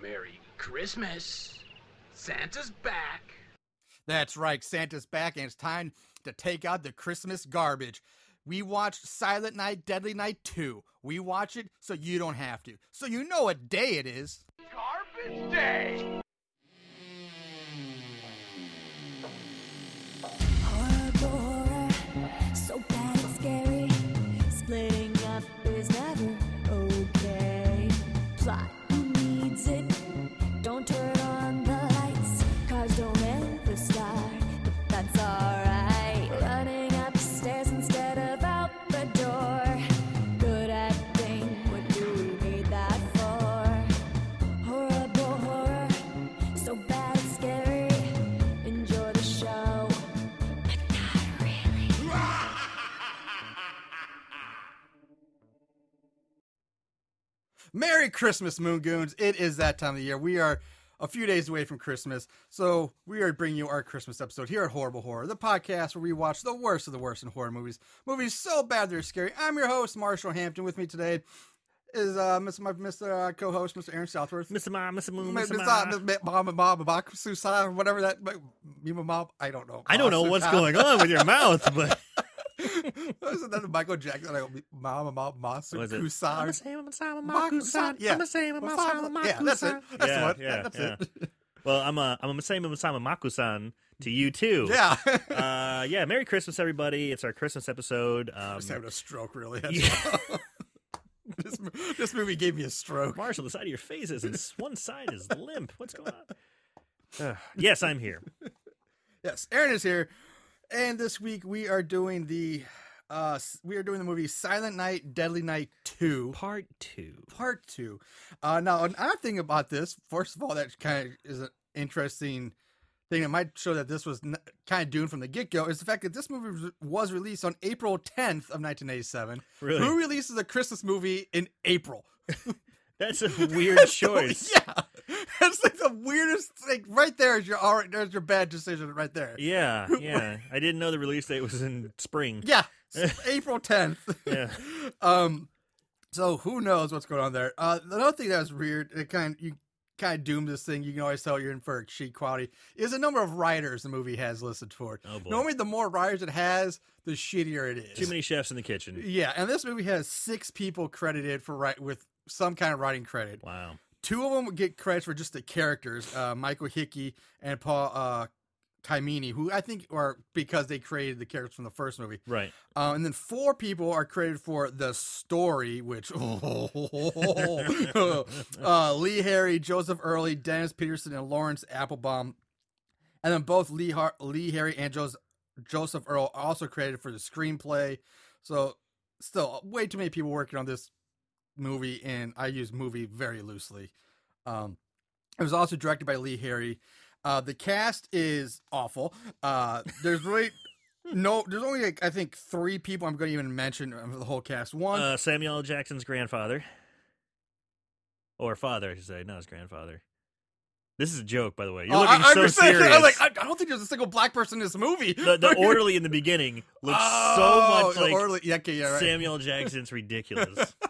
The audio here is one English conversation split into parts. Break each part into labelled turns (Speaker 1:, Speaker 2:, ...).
Speaker 1: Merry Christmas. Santa's back.
Speaker 2: That's right, Santa's back, and it's time to take out the Christmas garbage. We watched Silent Night, Deadly Night 2. We watch it so you don't have to. So you know what day it is.
Speaker 1: Garbage Day.
Speaker 3: Horror, so bad and scary. Splitting up is never okay. Plot who needs it. Don't turn on the lights. Cars don't ever start, but that's alright. Running upstairs instead of out the door. Good acting, what do we need that for? Horrible horror, so bad and scary. Enjoy the show.
Speaker 2: Merry Christmas, Moon Goons. It is that time of the year. We are a few days away from Christmas, so we are bringing you our Christmas episode here at Horrible Horror, the podcast where we watch the worst of the worst in horror movies. Movies so bad they're scary. I'm your host, Marshall Hampton. With me today is uh, Mr. My, Mr. Uh, co-host, Mr. Aaron Southworth.
Speaker 4: Mr. Ma, Mr. Moon,
Speaker 2: Miss-
Speaker 4: Mr.
Speaker 2: Miss-
Speaker 4: Ma.
Speaker 2: uh, Miss- Mom and Mom, Mom, Suicide, whatever that, Mima Mom, I don't know.
Speaker 4: I don't know what's going on with your mouth, but
Speaker 2: Isn't that Michael Jackson? I go, Mama, Mama, Mama,
Speaker 4: was it?
Speaker 2: Suicide. Yeah.
Speaker 4: Yeah,
Speaker 2: Yeah, that's it. That's the
Speaker 4: yeah,
Speaker 2: one.
Speaker 4: yeah,
Speaker 2: that's
Speaker 4: yeah.
Speaker 2: it.
Speaker 4: Well, I'm a I'm a Masayama Masama Maku-san to you too.
Speaker 2: Yeah.
Speaker 4: Uh, yeah. Merry Christmas, everybody. It's our Christmas episode. Um,
Speaker 2: was having a stroke, really.
Speaker 4: yeah.
Speaker 2: this, mo- this movie gave me a stroke.
Speaker 4: Marshall, the side of your face is and one side is limp. What's going on? Uh, yes, I'm here.
Speaker 2: Yes, Aaron is here, and this week we are doing the, uh, s- we are doing the movie Silent Night, Deadly Night Two,
Speaker 4: Part two.
Speaker 2: Part Two. Uh, now, an odd thing about this, first of all, that kind of is an interesting thing that might show that this was n- kind of doomed from the get go is the fact that this movie was- was released on April 10th of 1987.
Speaker 4: Really?
Speaker 2: Who releases a Christmas movie in April?
Speaker 4: That's a weird
Speaker 2: So,
Speaker 4: choice.
Speaker 2: Yeah, that's like the weirdest thing. Right there is your all right. There's your bad decision right there.
Speaker 4: Yeah, yeah. I didn't know the release date was in spring.
Speaker 2: Yeah, s- April tenth.
Speaker 4: Yeah.
Speaker 2: Um, so who knows what's going on there? Uh, another thing that was weird. It kind of, you kind of doomed this thing. You can always tell you're in for cheap quality. Is the number of writers the movie has listed for.
Speaker 4: Oh, boy.
Speaker 2: Normally, the more writers it has, the shittier it is.
Speaker 4: Too many chefs in the kitchen.
Speaker 2: Yeah, and this movie has six people credited for right with some kind of writing credit.
Speaker 4: Wow.
Speaker 2: two of them get credits for just the characters, uh, Michael Hickey and Paul uh, Kaimini, who I think are because they created the characters from the first movie.
Speaker 4: Right.
Speaker 2: Uh, and then four people are credited for the story, which uh, Lee Harry, Joseph Early, Dennis Peterson, and Lawrence Applebaum. And then both Lee, Har- Lee Harry and Jos- Joseph Earl are also credited for the screenplay. So, still, way too many people working on this movie, and I use movie very loosely. Um, it was also directed by Lee Harry. Uh, the cast is awful. Uh, there's really no, there's only like, I think three people I'm going to even mention of the whole cast. One,
Speaker 4: Uh, Samuel L. Jackson's grandfather. Or father, I should say. Not his grandfather. This is a joke, by the way. You're
Speaker 2: Oh,
Speaker 4: looking
Speaker 2: I, I
Speaker 4: so
Speaker 2: understand.
Speaker 4: serious.
Speaker 2: I'm like, I, I don't think there's a single black person in this movie.
Speaker 4: the, the orderly in the beginning looks
Speaker 2: Oh,
Speaker 4: so much like
Speaker 2: the orderly. Yeah, okay, yeah, right.
Speaker 4: Samuel L. Jackson's ridiculous.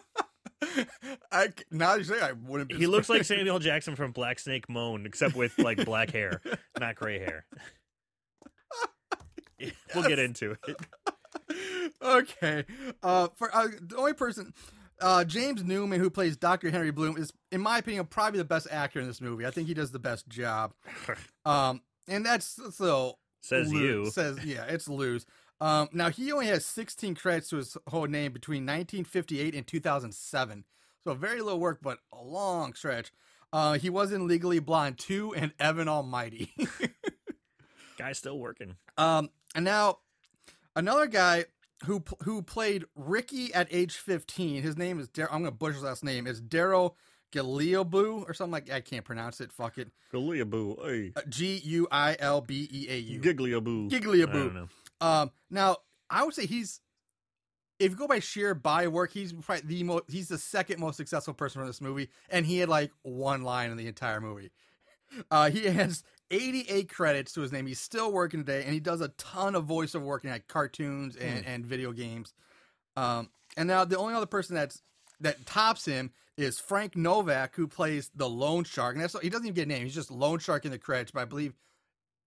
Speaker 2: I, c- now you say I wouldn't. be
Speaker 4: he looks like
Speaker 2: surprised.
Speaker 4: Samuel L. Jackson from Black Snake Moan, except with like black hair, not gray hair. We'll get into it.
Speaker 2: okay. Uh, for uh, the only person, uh, James Newman, who plays Dr. Henry Bloom, is, in my opinion, probably the best actor in this movie. I think he does the best job. Um, and that's so
Speaker 4: Says
Speaker 2: Lou-
Speaker 4: you.
Speaker 2: Says yeah, it's Lou's. Um, now he only has 16 credits to his whole name between 1958 and 2007, so very little work, but a long stretch. Uh, he was in Legally Blonde 2 and Evan Almighty.
Speaker 4: Guy's still working.
Speaker 2: um, and now another guy who pl- who played Ricky at age 15. His name is Dar- I'm gonna butcher his last name. It's Daryl Galeobu or something like I can't pronounce it. Fuck it. Uh,
Speaker 4: Giliaboo.
Speaker 2: G U I L B E A U.
Speaker 4: Gigliaboo. I
Speaker 2: Gigliaboo.
Speaker 4: don't know.
Speaker 2: Um, now I would say he's, if you go by sheer body work, he's probably the most. He's the second most successful person from this movie, and he had like one line in the entire movie. Uh, he has 88 credits to his name. He's still working today, and he does a ton of voiceover work in like cartoons and, and video games. Um, and now the only other person that's that tops him is Frank Novak, who plays the loan shark, and that's he doesn't even get a name. He's just loan shark in the credits, but I believe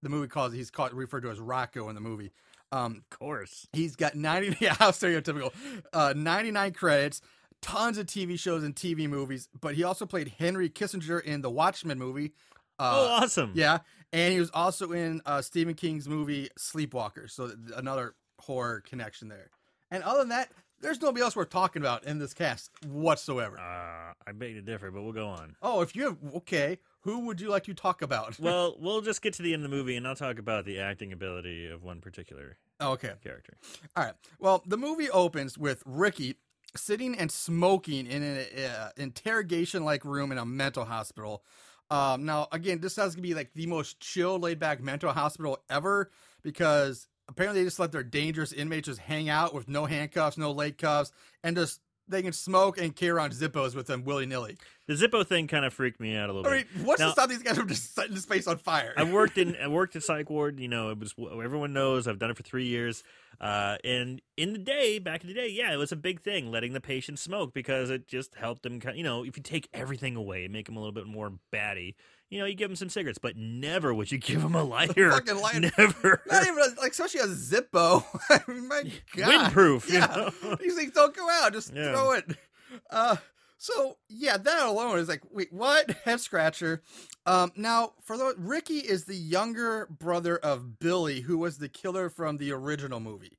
Speaker 2: the movie calls he's called referred to as Rocco in the movie. Um,
Speaker 4: Of course.
Speaker 2: he's got ninety yeah, how stereotypical, uh, ninety nine credits, tons of TV shows and TV movies, but he also played Henry Kissinger in the Watchmen movie.
Speaker 4: oh,
Speaker 2: Uh,
Speaker 4: awesome.
Speaker 2: yeah, and he was also in uh, Stephen King's movie Sleepwalker, so th- another horror connection there. And other than that, there's nobody else worth talking about in this cast whatsoever.
Speaker 4: Uh, I beg to differ, but we'll go on.
Speaker 2: Oh, if you have okay, who would you like to talk about?
Speaker 4: Well, we'll just get to the end of the movie and I'll talk about the acting ability of one particular
Speaker 2: okay,
Speaker 4: character.
Speaker 2: all right. Well, the movie opens with Ricky sitting and smoking in an uh, interrogation-like room in a mental hospital. Um, now, again, this has to be like the most chill, laid-back mental hospital ever because apparently they just let their dangerous inmates just hang out with no handcuffs, no leg cuffs, and just they can smoke and carry around zippos with them willy nilly.
Speaker 4: The Zippo thing kind of freaked me out a little
Speaker 2: I mean,
Speaker 4: bit.
Speaker 2: what's
Speaker 4: Now-
Speaker 2: to stop these guys from just setting the space on fire?
Speaker 4: I worked in I worked at psych ward. You know, it was everyone knows I've done it for three years. Uh, and in the day, back in the day, yeah, it was a big thing letting the patient smoke because it just helped them. Kind, you know, if you take everything away, make them a little bit more batty. You know, you give them some cigarettes, but never would you give them a lighter.
Speaker 2: fucking lighter.
Speaker 4: Never.
Speaker 2: Not even a, like especially a Zippo. I mean, my God,
Speaker 4: Windproof. you
Speaker 2: Yeah,
Speaker 4: know?
Speaker 2: these things don't go out. Just
Speaker 4: Yeah.
Speaker 2: throw it. Uh, so yeah, that alone is like, wait, what? Head scratcher. Um, now for those, Ricky is the younger brother of Billy, who was the killer from the original movie.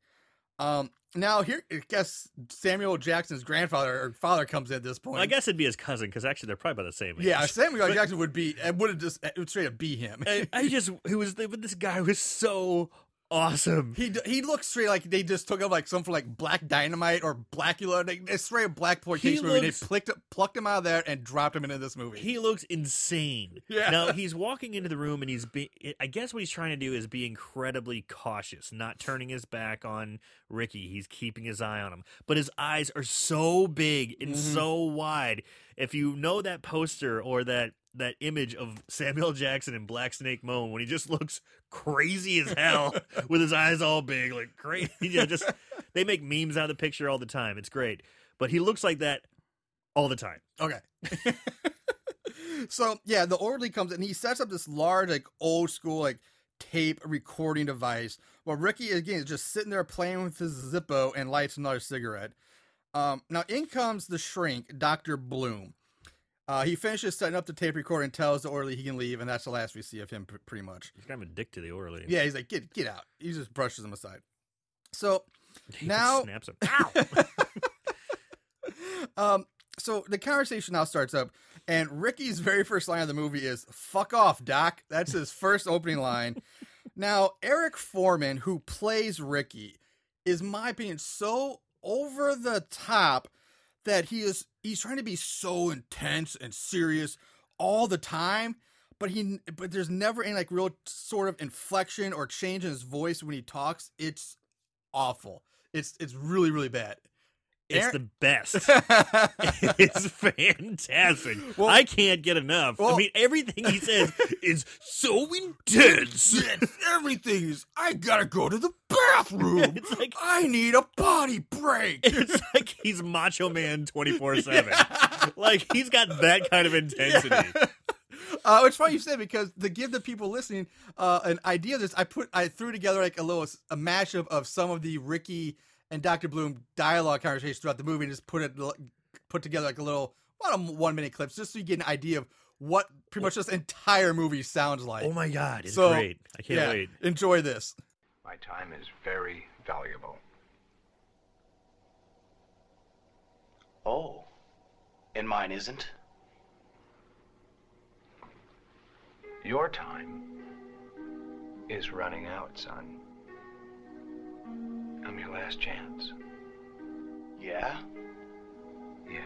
Speaker 2: Um, now here, I guess Samuel Jackson's grandfather or father comes in at this point.
Speaker 4: I guess it'd be his cousin because actually they're probably about the same age.
Speaker 2: Yeah, Samuel Jackson would be. It would have just it would straight up be him.
Speaker 4: I, I just it was this guy was so awesome.
Speaker 2: He d- he looks straight like they just took up like some from like Black Dynamite or Blackula. They, they straight up black
Speaker 4: He
Speaker 2: portation movie.
Speaker 4: looks-
Speaker 2: They plucked plucked him out of there and dropped him into this movie.
Speaker 4: He looks insane.
Speaker 2: Yeah.
Speaker 4: Now he's walking into the room and he's be- I guess what he's trying to do is be incredibly cautious, not turning his back on Ricky. He's keeping his eye on him, but his eyes are so big and so wide. If you know that poster or that that image of Samuel Jackson in Black Snake Moan when he just looks crazy as hell with his eyes all big, like crazy. You know, just they make memes out of the picture all the time. It's great, but he looks like that all the time.
Speaker 2: okay. so yeah, the orderly comes and he sets up this large like old school like tape recording device. While Ricky again is just sitting there playing with his Zippo and lights another cigarette. Um, now in comes the shrink, Doctor Bloom. Uh, he finishes setting up the tape recorder and tells the orderly he can leave, and that's the last we see of him, pr- pretty much.
Speaker 4: He's kind of a dick to the orally.
Speaker 2: Yeah, he's like, get get out. He just brushes him aside. So,
Speaker 4: He
Speaker 2: Now-
Speaker 4: snaps him. Ow!
Speaker 2: um, so the conversation now starts up, and Ricky's very first line of the movie is "fuck off, Doc." That's his first opening line. Now, Eric Foreman, who plays Ricky, is in my opinion so over the top that he is he's trying to be so intense and serious all the time but he but there's never any like real sort of inflection or change in his voice when he talks it's awful it's it's really really bad
Speaker 4: it's
Speaker 2: Aaron-
Speaker 4: the best. it's fantastic.
Speaker 2: Well-
Speaker 4: I can't get enough. I
Speaker 2: well-
Speaker 4: mean, everything he says is so intense.
Speaker 2: everything is i gotta go to the bathroom
Speaker 4: It's like-
Speaker 2: i need a body break
Speaker 4: It's like he's Macho Man 24 7. Like, he's got that kind of intensity.
Speaker 2: Uh, it's funny you say because to give the people listening uh, an idea of this, I put I threw together like a little s- a mashup of some of the Ricky and Dr. Bloom dialogue conversations throughout the movie, and just put it l- put together like a little about a one minute clips just so you get an idea of what pretty much this entire movie sounds like.
Speaker 4: Oh my God. It's
Speaker 2: So,
Speaker 4: great. I can't
Speaker 2: yeah,
Speaker 4: wait.
Speaker 2: Enjoy this.
Speaker 5: My time is very valuable.
Speaker 6: Oh, and mine isn't?
Speaker 5: Your time is running out, son. I'm your last chance.
Speaker 6: Yeah?
Speaker 5: Yeah.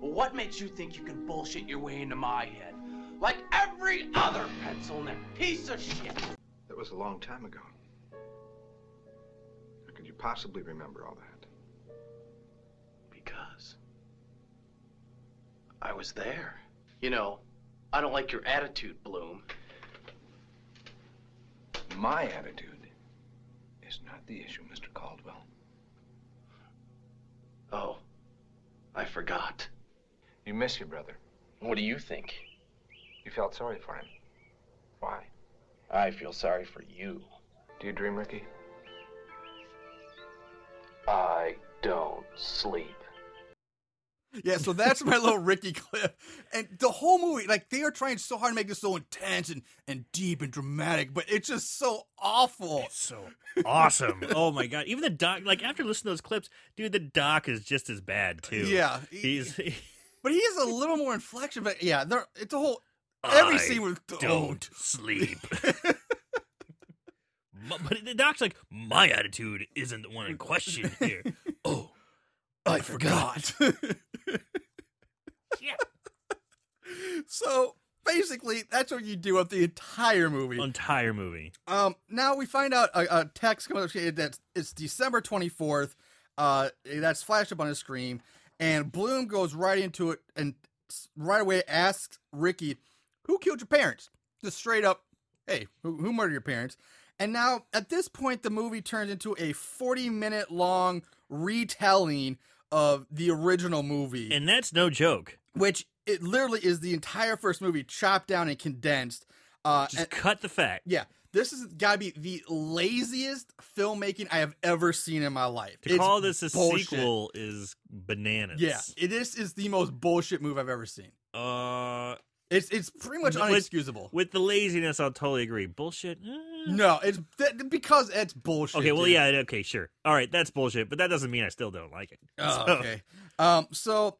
Speaker 1: Well, what makes you think you can bullshit your way into my head? Like every other pencil neck piece of shit.
Speaker 5: That was a long time ago. How could you possibly remember all that?
Speaker 6: Because I was there. You know, I don't like your attitude, Bloom.
Speaker 5: My attitude is not the issue, Mr. Caldwell.
Speaker 6: Oh, I forgot.
Speaker 5: You miss your brother.
Speaker 6: What do you think?
Speaker 5: You felt sorry for him. Why?
Speaker 6: I feel sorry for you.
Speaker 5: Do you dream, Ricky?
Speaker 6: I don't sleep.
Speaker 2: Yeah, so that's my little Ricky clip. And the whole movie, like they are trying so hard to make this so intense and, and deep and dramatic, but it's just so awful.
Speaker 4: It's so awesome. oh my god. Even the doc like after listening to those clips, dude, the doc is just as bad too.
Speaker 2: Yeah. E-
Speaker 4: He's
Speaker 2: But he has a little more inflection, but yeah, there it's a whole every
Speaker 4: I
Speaker 2: scene oh. with
Speaker 4: don't sleep. but, but the doc's like, my attitude isn't the one in question here. oh,
Speaker 2: I forgot.
Speaker 4: yeah.
Speaker 2: so basically that's what you do up the entire movie.
Speaker 4: Entire movie.
Speaker 2: Um, now we find out a, a text comes up that it's December 24th. Uh, that's flashed up on his screen, and Bloom goes right into it and s- right away asks Ricky, "Who killed your parents?" Just straight up, "Hey, who, who murdered your parents?" And now at this point, the movie turns into a 40 minute long retelling of the original movie
Speaker 4: And that's no joke.
Speaker 2: which it literally is the entire first movie chopped down and condensed uh
Speaker 4: Just cut the fact.
Speaker 2: yeah, this has got to be the laziest filmmaking I have ever seen in my life.
Speaker 4: To
Speaker 2: It's
Speaker 4: call this a
Speaker 2: bullshit.
Speaker 4: sequel is bananas.
Speaker 2: yeah, it- this is the most bullshit move I've ever seen.
Speaker 4: Uh,
Speaker 2: It's it's pretty much
Speaker 4: With-
Speaker 2: unexcusable.
Speaker 4: with the laziness, I'll totally agree. Bullshit. eh.
Speaker 2: no, it's that, because it's bullshit.
Speaker 4: Okay, well,
Speaker 2: dude.
Speaker 4: yeah, okay, sure. All right, that's bullshit, but that doesn't mean I still don't like it.
Speaker 2: Oh,
Speaker 4: So-
Speaker 2: okay. Um, so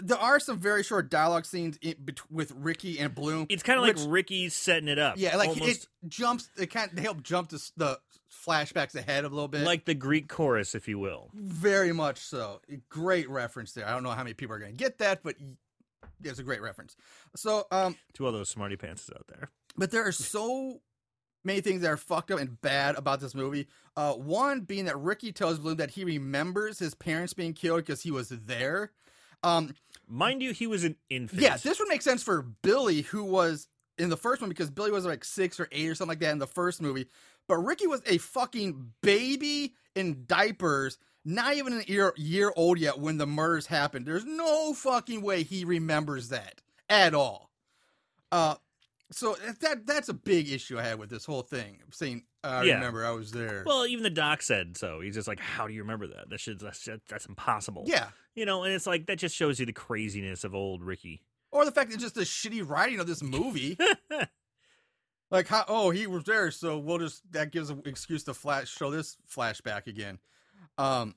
Speaker 2: there are some very short dialogue scenes in, bet- with Ricky and Bloom.
Speaker 4: It's kind of like
Speaker 2: which-
Speaker 4: Ricky's setting it up.
Speaker 2: yeah, like
Speaker 4: almost
Speaker 2: it jumps. It kind of, they help jump the, s- the flashbacks ahead a little bit.
Speaker 4: like the Greek chorus, if you will.
Speaker 2: Very much so. Great reference there. I don't know how many people are going to get that, but y- it's a great reference. So, um,
Speaker 4: To all those smarty pants out there,
Speaker 2: but there are so many things that are fucked up and bad about this movie. Uh, one being that Ricky tells Bloom that he remembers his parents being killed because he was there. Um,
Speaker 4: mind you, he was an infant.
Speaker 2: yeah, this would make sense for Billy, who was in the first one because Billy was like six or eight or something like that in the first movie. But Ricky was a fucking baby in diapers, not even a year, year old yet when the murders happened. There's no fucking way he remembers that at all. Uh, so that that's a big issue I had with this whole thing. Saying I
Speaker 4: Yeah.
Speaker 2: remember I was there.
Speaker 4: Well, even the doc said so. He's just like, "How do you remember that? That shit, that's that's impossible."
Speaker 2: yeah,
Speaker 4: you know, and it's like that just shows you the craziness of old Ricky.
Speaker 2: or the fact that just the shitty writing of this movie. Like how? Oh, he was there, so we'll just that gives an excuse to flash show this flashback again. Um.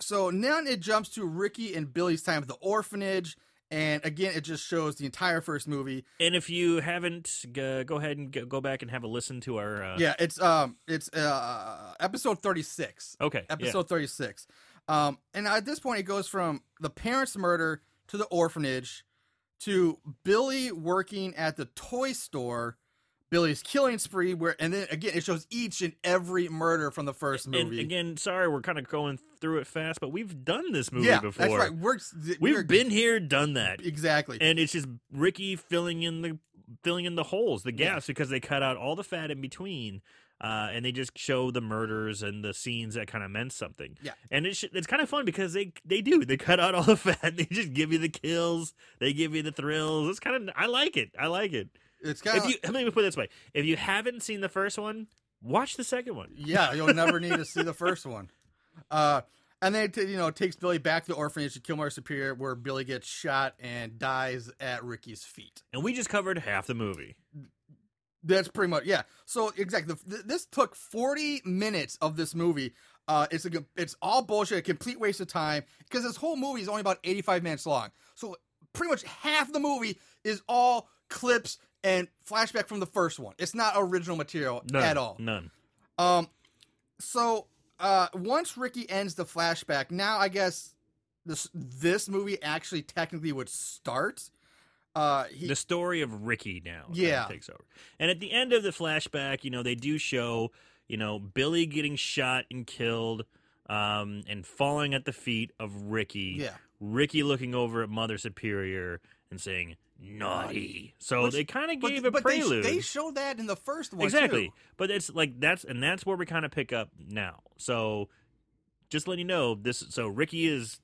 Speaker 2: So now it jumps to Ricky and Billy's time at the orphanage, and again it just shows the entire first movie.
Speaker 4: And if you haven't, g- go ahead and g- go back and have a listen to our. Uh,
Speaker 2: yeah, it's um, it's uh, episode thirty six.
Speaker 4: Okay. yeah.
Speaker 2: Episode thirty six. Um, and at this point it goes from the parents' murder to the orphanage to Billy working at the toy store. Billy's killing spree, where and then again it shows each and every murder from the first movie.
Speaker 4: And again, sorry, we're kind of going through it fast, but we've done this movie
Speaker 2: yeah,
Speaker 4: before.
Speaker 2: that's right. We're,
Speaker 4: We've
Speaker 2: we're-
Speaker 4: been here, done that,
Speaker 2: exactly.
Speaker 4: and it's just Ricky filling in the filling in the holes, the gaps, because they cut out all the fat in between, uh, and they just show the murders and the scenes that kind of meant something.
Speaker 2: Yeah.
Speaker 4: and it's it's kind of fun because they they do they cut out all the fat, they just give you the kills, they give you the thrills. It's kind of I like it, I like it.
Speaker 2: it's kind
Speaker 4: if you let me put it this way, if you haven't seen the first one, watch the second one.
Speaker 2: yeah, you'll never need to see the first one. Uh, and then it, t- you know it takes Billy back to the orphanage to Killmore Superior, where Billy gets shot and dies at Ricky's feet.
Speaker 4: And we just covered half the movie.
Speaker 2: That's pretty much yeah. So exactly, th- this took forty minutes of this movie. Uh, it's a g- it's all bullshit, a complete waste of time because this whole movie is only about eighty five minutes long. So pretty much half the movie is all clips and flashback from the first one. It's not original material
Speaker 4: None,
Speaker 2: at all.
Speaker 4: None.
Speaker 2: Um, so uh, once Ricky ends the flashback, now I guess this this movie actually technically would start. Uh, he,
Speaker 4: the story of Ricky now. kinda
Speaker 2: Yeah.
Speaker 4: takes over. And at the end of the flashback, you know, they do show, you know, Billy getting shot and killed, um, and falling at the feet of Ricky.
Speaker 2: yeah.
Speaker 4: Ricky looking over at Mother Superior and saying naughty. So
Speaker 2: Which-
Speaker 4: they kind of gave a
Speaker 2: they sh-
Speaker 4: prelude.
Speaker 2: They, showed that in the first one.
Speaker 4: exactly.
Speaker 2: too.
Speaker 4: But it's like that's and that's where we kind of pick up now. So just letting you know this. So Ricky is.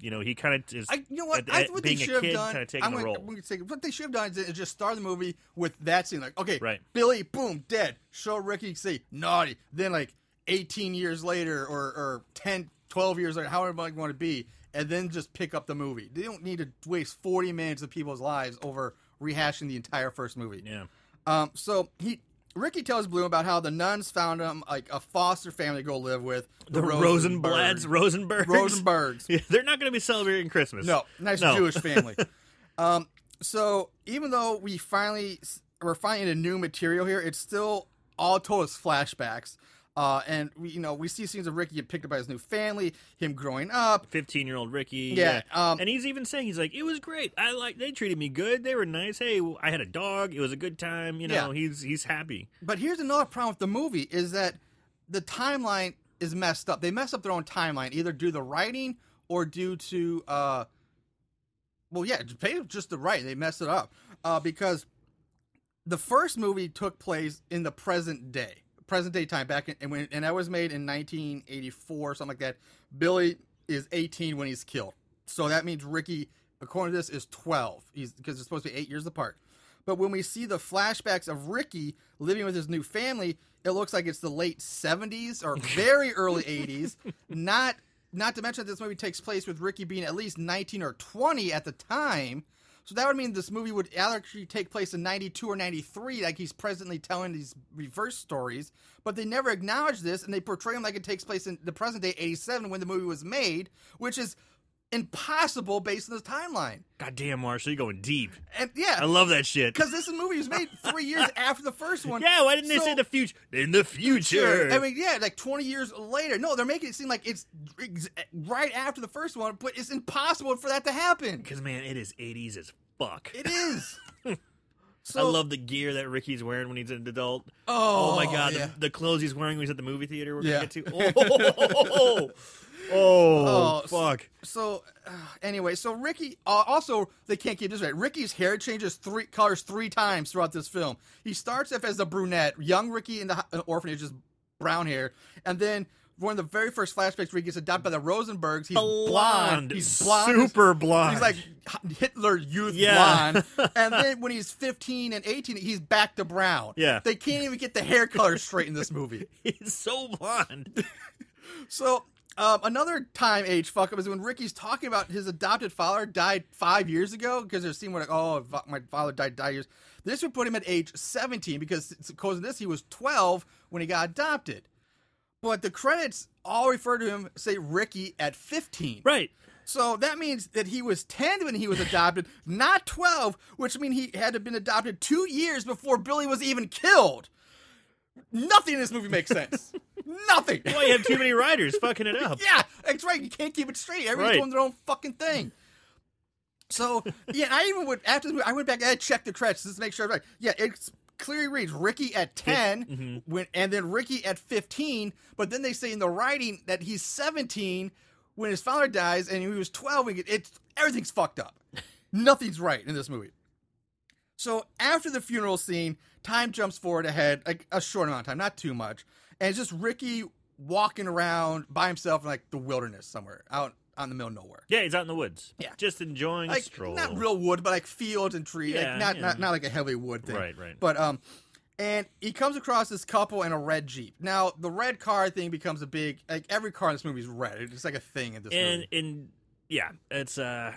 Speaker 4: You know, he kind of is.
Speaker 2: I, you know what?
Speaker 4: at the-
Speaker 2: I
Speaker 4: at
Speaker 2: think what they
Speaker 4: being a
Speaker 2: should have
Speaker 4: kid,
Speaker 2: done.
Speaker 4: kinda taking
Speaker 2: I'm
Speaker 4: the
Speaker 2: gonna-
Speaker 4: role.
Speaker 2: I'm gonna say what they should have done is, is just start the movie with that scene. Like, okay,
Speaker 4: Right.
Speaker 2: Billy, boom, dead. Show Ricky say naughty. Then like 18 years later, or or 10, 12 years later, however long you want to be, and then just pick up the movie. They don't need to waste 40 minutes of people's lives over rehashing the entire first movie.
Speaker 4: yeah.
Speaker 2: Um, so he Ricky tells Bloom about how the nuns found him like a foster family to go live with
Speaker 4: The
Speaker 2: Rosenberg-
Speaker 4: Rosenblads, Rosenbergs.
Speaker 2: Rosenbergs.
Speaker 4: Yeah, they're not going to be celebrating Christmas.
Speaker 2: No, nice
Speaker 4: No.
Speaker 2: Jewish family. um, so even though we finally we're finding a new material here, it's still all told as flashbacks. Uh, and we, you know, we see scenes of Ricky get picked up by his new family, him growing up.
Speaker 4: 15 year old Ricky.
Speaker 2: Yeah, um,
Speaker 4: and he's even saying, he's like, it was great. I like, they treated me good. They were nice. Hey, I had a dog. It was a good time. You
Speaker 2: Yeah.
Speaker 4: know, he's he's happy.
Speaker 2: But here's another problem with the movie is that the timeline is messed up. They mess up their own timeline, either due to writing or due to, uh, well, yeah, pay just the right. They messed it up uh, because the first movie took place in the present day, present day time back in, and when and that was made in 1984 or something like that. Billy is 18 when he's killed, so that means Ricky, according to this, is 12. He's because they're supposed to be eight years apart. But when we see the flashbacks of Ricky living with his new family, it looks like it's the late 70s or very early 80s. Not not to mention that this movie takes place with Ricky being at least 19 or 20 at the time. So that would mean this movie would actually take place in 92 or 93, like he's presently telling these reverse stories. But they never acknowledge this, and they portray him like it takes place in the present day 87 when the movie was made, which is impossible based on this timeline.
Speaker 4: God damn, Marshall, you're going deep.
Speaker 2: And yeah,
Speaker 4: I love that shit.
Speaker 2: because this movie was made three years after the first one.
Speaker 4: Yeah, why didn't they
Speaker 2: So-
Speaker 4: say the future? In the future.
Speaker 2: I mean, yeah, like twenty years later. No, they're making it seem like it's ex- right after the first one, but it's impossible for that to happen.
Speaker 4: because man, it is 80s as fuck.
Speaker 2: It is. So,
Speaker 4: I love the gear that Ricky's wearing when he's an adult.
Speaker 2: Oh,
Speaker 4: my god,
Speaker 2: yeah.
Speaker 4: the, the clothes he's wearing when he's at the movie theater. We're
Speaker 2: Yeah.
Speaker 4: gonna get to. Oh, oh,
Speaker 2: Oh,
Speaker 4: fuck.
Speaker 2: So, uh, anyway, so Ricky. Uh, also, they can't keep this right. Ricky's hair changes three colors three times throughout this film. He starts off as a brunette, young Ricky in the ho- orphanage, is brown hair, and then one of the very first flashbacks where he gets adopted by the Rosenbergs, he's blonde. He's blonde. as
Speaker 4: super blonde.
Speaker 2: He's like Hitler youth
Speaker 4: Yeah.
Speaker 2: blonde. And then when he's 15 and 18, he's back to brown.
Speaker 4: Yeah.
Speaker 2: They can't even get the hair color straight in this movie.
Speaker 4: he's so blonde.
Speaker 2: So. Um, another time age fuck up is when Ricky's talking about his adopted father died five years ago because they're seeing like oh fa- my father died five years. This would put him at age seventeen because because of this he was twelve when he got adopted, but the credits all refer to him say Ricky at fifteen.
Speaker 4: right.
Speaker 2: So that means that he was 10 when he was adopted, not 12, which means he had to have been adopted two years before Billy was even killed. Nothing in this movie makes sense. Nothing.
Speaker 4: Why you have too many writers fucking it up?
Speaker 2: Yeah, that's right. You can't keep it straight. Everyone's
Speaker 4: Right.
Speaker 2: doing their own fucking thing. So yeah, I even would after this, I went back and I checked the credits just to make sure. I'm right. Yeah, it's clearly reads Ricky at 10
Speaker 4: mm-hmm.
Speaker 2: when, and then Ricky at fifteen. But then they say in the writing that he's seventeen when his father dies, and he was twelve. When he, it's everything's fucked up. Nothing's right in this movie. So after the funeral scene, time jumps forward ahead like a short amount of time, not too much, and it's just Ricky walking around by himself in like the wilderness somewhere out on the middle of nowhere.
Speaker 4: Yeah, he's out in the woods.
Speaker 2: Yeah.
Speaker 4: just enjoying a
Speaker 2: Like
Speaker 4: stroll.
Speaker 2: not real wood, but like fields and trees.
Speaker 4: Yeah,
Speaker 2: like not,
Speaker 4: yeah.
Speaker 2: not not like a heavy wood thing.
Speaker 4: Right, right.
Speaker 2: But um, and he comes across this couple in a red jeep. Now the red car thing becomes a big like every car in this movie is red. It's like a thing in this movie.
Speaker 4: and and yeah, it's uh,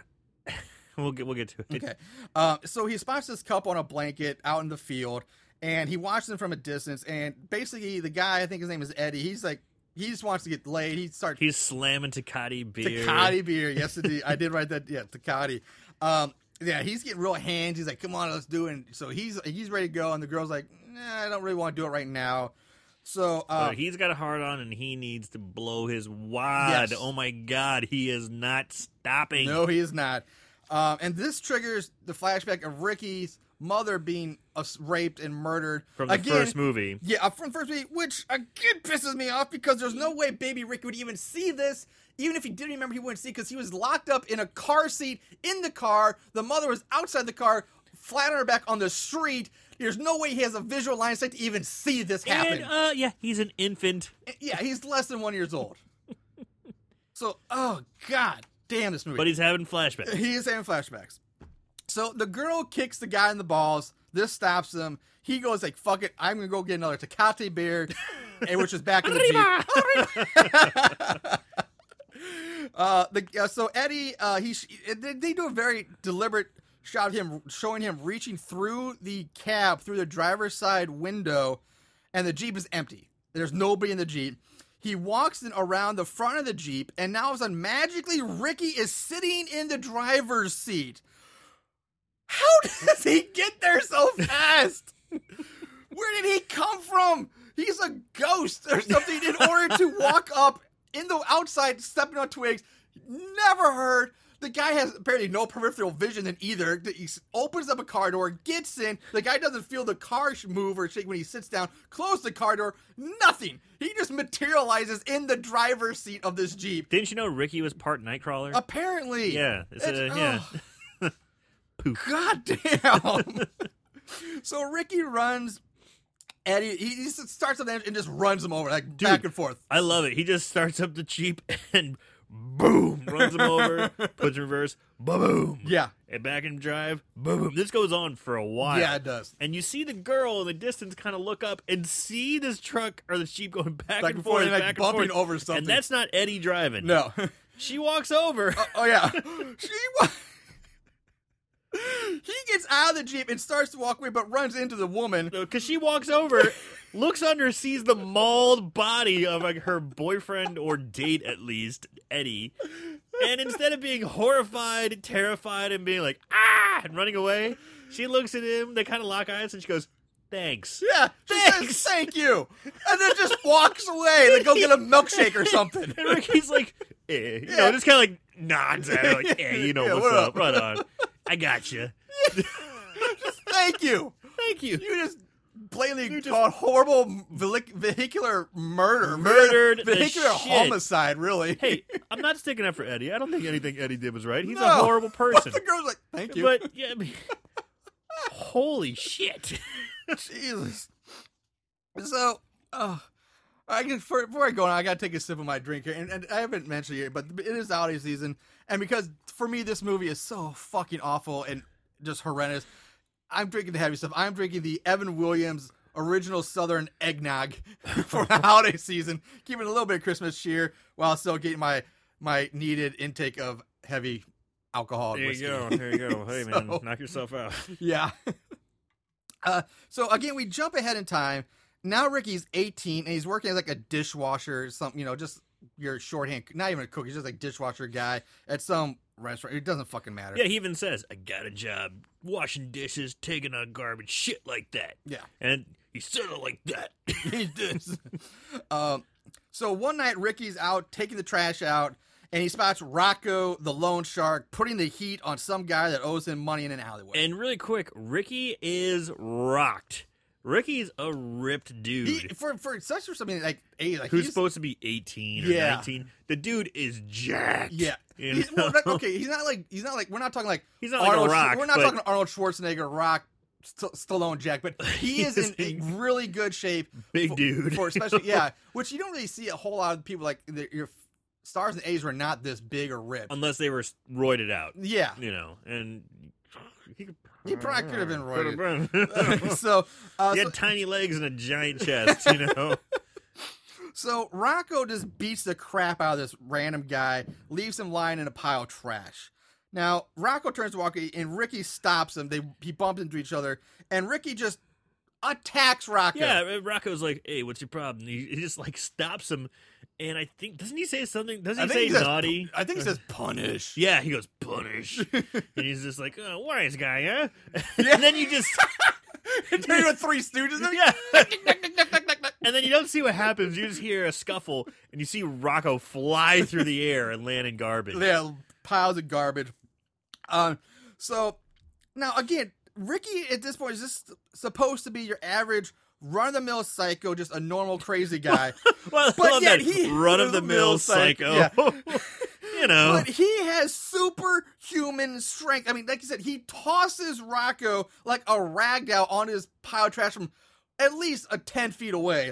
Speaker 4: we'll get we'll get to it.
Speaker 2: Okay. Um, so he spots this couple on a blanket out in the field, and he watches them from a distance. And basically, the guy, I think his name is Eddie, he's like, he just wants to get laid. He starts
Speaker 4: He's slamming Takati beer.
Speaker 2: Takati beer. Yes, indeed. I did write that. Yeah, Takati. Um, yeah, he's getting real hands. He's like, "Come on, let's do it." And so he's he's ready to go, and the girl's like, nah, "I don't really want to do it right now." So uh,
Speaker 4: Uh, he's got a hard on and he needs to blow his wad.
Speaker 2: Yes.
Speaker 4: Oh my god, he is not stopping.
Speaker 2: No, he is not. Um, and this triggers the flashback of Ricky's mother being uh, raped and murdered
Speaker 4: From the
Speaker 2: Again,
Speaker 4: first movie.
Speaker 2: Yeah, uh, from first movie, which again pisses me off because there's no way Baby Ricky would even see this. Even if he did remember, he wouldn't see because he was locked up in a car seat in the car. The mother was outside the car, flat on her back on the street. There's no way he has a visual line of sight to even see this happen.
Speaker 4: And uh, yeah, he's an infant.
Speaker 2: Yeah, he's less than one years old. so, oh god, damn this movie.
Speaker 4: But he's having flashbacks.
Speaker 2: He is having flashbacks. So the girl kicks the guy in the balls. This stops him. He goes like, "Fuck it, I'm gonna go get another Tecate beer," and which is back in the jeep. uh, the, uh, so Eddie, uh, he sh- they, they do a very deliberate shot of him showing him reaching through the cab through the driver's side window, and the jeep is empty. There's nobody in the jeep. He walks in around the front of the jeep, and now all of a sudden, magically, Ricky is sitting in the driver's seat. How does he get there so fast? Where did he come from? He's a ghost or something in order to walk up in the outside, stepping on twigs. Never heard. The guy has apparently no peripheral vision in either. He s- opens up a car door, gets in. The guy doesn't feel the car sh- move or shake when he sits down. Close the car door. Nothing. He just materializes in the driver's seat of this Jeep.
Speaker 4: Didn't you know Ricky was part Nightcrawler?
Speaker 2: Apparently.
Speaker 4: yeah. It's a- yeah.
Speaker 2: oh. God damn. so Ricky runs. Eddie, he, he starts up there and just runs him over, like back and forth.
Speaker 4: I love it. He just starts up the Jeep and boom, runs him over, puts in reverse, boom.
Speaker 2: Yeah.
Speaker 4: And back in drive, boom. This goes on for a while.
Speaker 2: Yeah, it does.
Speaker 4: And you see the girl in the distance kind of look up and see this truck or the Jeep going back, and
Speaker 2: and
Speaker 4: forth,
Speaker 2: forth, and, like,
Speaker 4: back
Speaker 2: bumping
Speaker 4: and forth.
Speaker 2: over something.
Speaker 4: And that's not Eddie driving.
Speaker 2: No.
Speaker 4: She walks over.
Speaker 2: oh, yeah. She wa- He gets out of the Jeep and starts to walk away, but runs into the woman.
Speaker 4: Because she walks over, looks under, sees the mauled body of like, her boyfriend or date, at least, Eddie. And instead of being horrified, terrified, and being like, ah, and running away, she looks at him. They kind of lock eyes and she goes, thanks.
Speaker 2: Yeah. She says,
Speaker 4: Thanks.
Speaker 2: thank you. And then just walks away to go get a milkshake or something.
Speaker 4: And Ricky's like, eh. You
Speaker 2: Yeah.
Speaker 4: know, just kind of like nods at her, like, eh, you know
Speaker 2: Yeah,
Speaker 4: what's
Speaker 2: what
Speaker 4: up.
Speaker 2: up?
Speaker 4: Right on. I got you.
Speaker 2: Thank you.
Speaker 4: Thank you.
Speaker 2: You just blatantly called horrible vehic- vehicular murder,
Speaker 4: Murdered the
Speaker 2: vehicular
Speaker 4: shit.
Speaker 2: homicide. Really?
Speaker 4: Hey, I'm not sticking up for Eddie. I don't think anything Eddie did was right. He's a
Speaker 2: No.
Speaker 4: horrible person.
Speaker 2: But the girl's like, "Thank you."
Speaker 4: But yeah, I mean, holy shit!
Speaker 2: Jesus. So, oh, I can for, before I go on, I gotta take a sip of my drink here, and, and I haven't mentioned it, yet, but it is holiday season, and because for me this movie is so fucking awful and just horrendous, I'm drinking the heavy stuff. I'm drinking the Evan Williams original Southern eggnog for the holiday season, keeping a little bit of Christmas cheer while still getting my my needed intake of heavy alcohol. and whiskey.
Speaker 4: There you go.
Speaker 2: Hey, man, So-
Speaker 4: knock yourself out.
Speaker 2: Yeah. uh, so again, we jump ahead in time. Now Ricky's 18 and he's working as like a dishwasher or something, you know, just your shorthand, not even a cook. He's just like dishwasher guy at some restaurant. It doesn't fucking matter.
Speaker 4: Yeah, he even says, "I got a job washing dishes, taking out garbage, shit like that."
Speaker 2: Yeah.
Speaker 4: and he said it like that.
Speaker 2: he does. um, so one night Ricky's out taking the trash out and he spots Rocco the loan shark putting the heat on some guy that owes him money in an alleyway.
Speaker 4: and really quick, Ricky is rocked. Ricky's a ripped dude.
Speaker 2: he, for for such for something like a like
Speaker 4: Who's
Speaker 2: he's-
Speaker 4: supposed to be 18 or
Speaker 2: Yeah.
Speaker 4: 19? The dude is jacked.
Speaker 2: Yeah.
Speaker 4: You
Speaker 2: He's- well,
Speaker 4: know?
Speaker 2: like, okay, he's not like he's not like we're not talking like
Speaker 4: He's not like a
Speaker 2: Arnold Schwar-
Speaker 4: Rock,
Speaker 2: We're not
Speaker 4: but-
Speaker 2: talking Arnold Schwarzenegger, Rock, St- Stallone, Jack, but he is in a really good shape.
Speaker 4: Big
Speaker 2: for,
Speaker 4: dude.
Speaker 2: for especially yeah, which you don't really see a whole lot of people like the, your stars and A's were not this big or ripped.
Speaker 4: Unless they were roided out,
Speaker 2: yeah,
Speaker 4: you know, and he could
Speaker 2: he probably could have been roided.
Speaker 4: roided.
Speaker 2: so, uh,
Speaker 4: He
Speaker 2: so
Speaker 4: had tiny legs and a giant chest, you know.
Speaker 2: So Rocco just beats the crap out of this random guy, leaves him lying in a pile of trash. Now Rocco turns to Rocky, and Ricky stops him. They he bumps into each other, and Ricky just attacks Rocco.
Speaker 4: yeah, uh, Rocco's like, "Hey, what's your problem?" He, he just like stops him, and I think doesn't he say something? Doesn't he say
Speaker 2: says,
Speaker 4: naughty?
Speaker 2: I think he says punish.
Speaker 4: yeah, he goes punish, and he's just like, "Oh, wise guy, huh?" and then you just
Speaker 2: Turn into a Three Stooges.
Speaker 4: yeah, and then you don't see what happens. You just hear a scuffle, and you see Rocco fly through the air and land in garbage.
Speaker 2: Yeah, piles of garbage. Um, so now again, Ricky at this point is just supposed to be your average run of the mill psycho, just a normal crazy guy.
Speaker 4: Well,
Speaker 2: But
Speaker 4: I love
Speaker 2: yet
Speaker 4: that
Speaker 2: he-
Speaker 4: run of the mill
Speaker 2: psych-
Speaker 4: psycho.
Speaker 2: yeah.
Speaker 4: you know,
Speaker 2: But he has superhuman strength. I mean, like you said, he tosses Rocco like a rag doll onto his pile of trash from at least a ten feet away.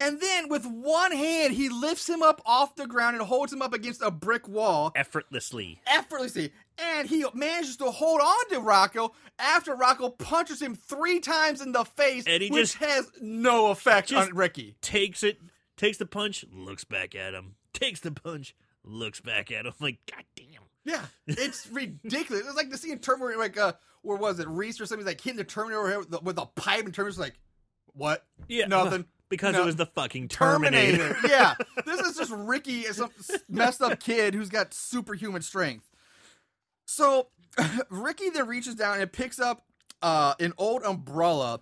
Speaker 2: And then with one hand, he lifts him up off the ground and holds him up against a brick wall
Speaker 4: effortlessly.
Speaker 2: effortlessly. And he manages to hold on to Rocco after Rocco punches him three times in the face,
Speaker 4: And he
Speaker 2: which
Speaker 4: just-
Speaker 2: has no effect
Speaker 4: just-
Speaker 2: on Ricky.
Speaker 4: Takes it, takes the punch, looks back at him. Takes the punch, looks back at him. Like, God damn.
Speaker 2: Yeah, it's ridiculous. It's like the scene in Terminator, like uh, where was it, Reese or something? Like hitting the Terminator over here with, the, with a pipe, and Terminator's like, "What?
Speaker 4: Yeah.
Speaker 2: nothing."
Speaker 4: Because
Speaker 2: No.
Speaker 4: it was the fucking Terminator.
Speaker 2: yeah, this is just Ricky, some messed up kid who's got superhuman strength. So Ricky then reaches down and picks up uh, an old umbrella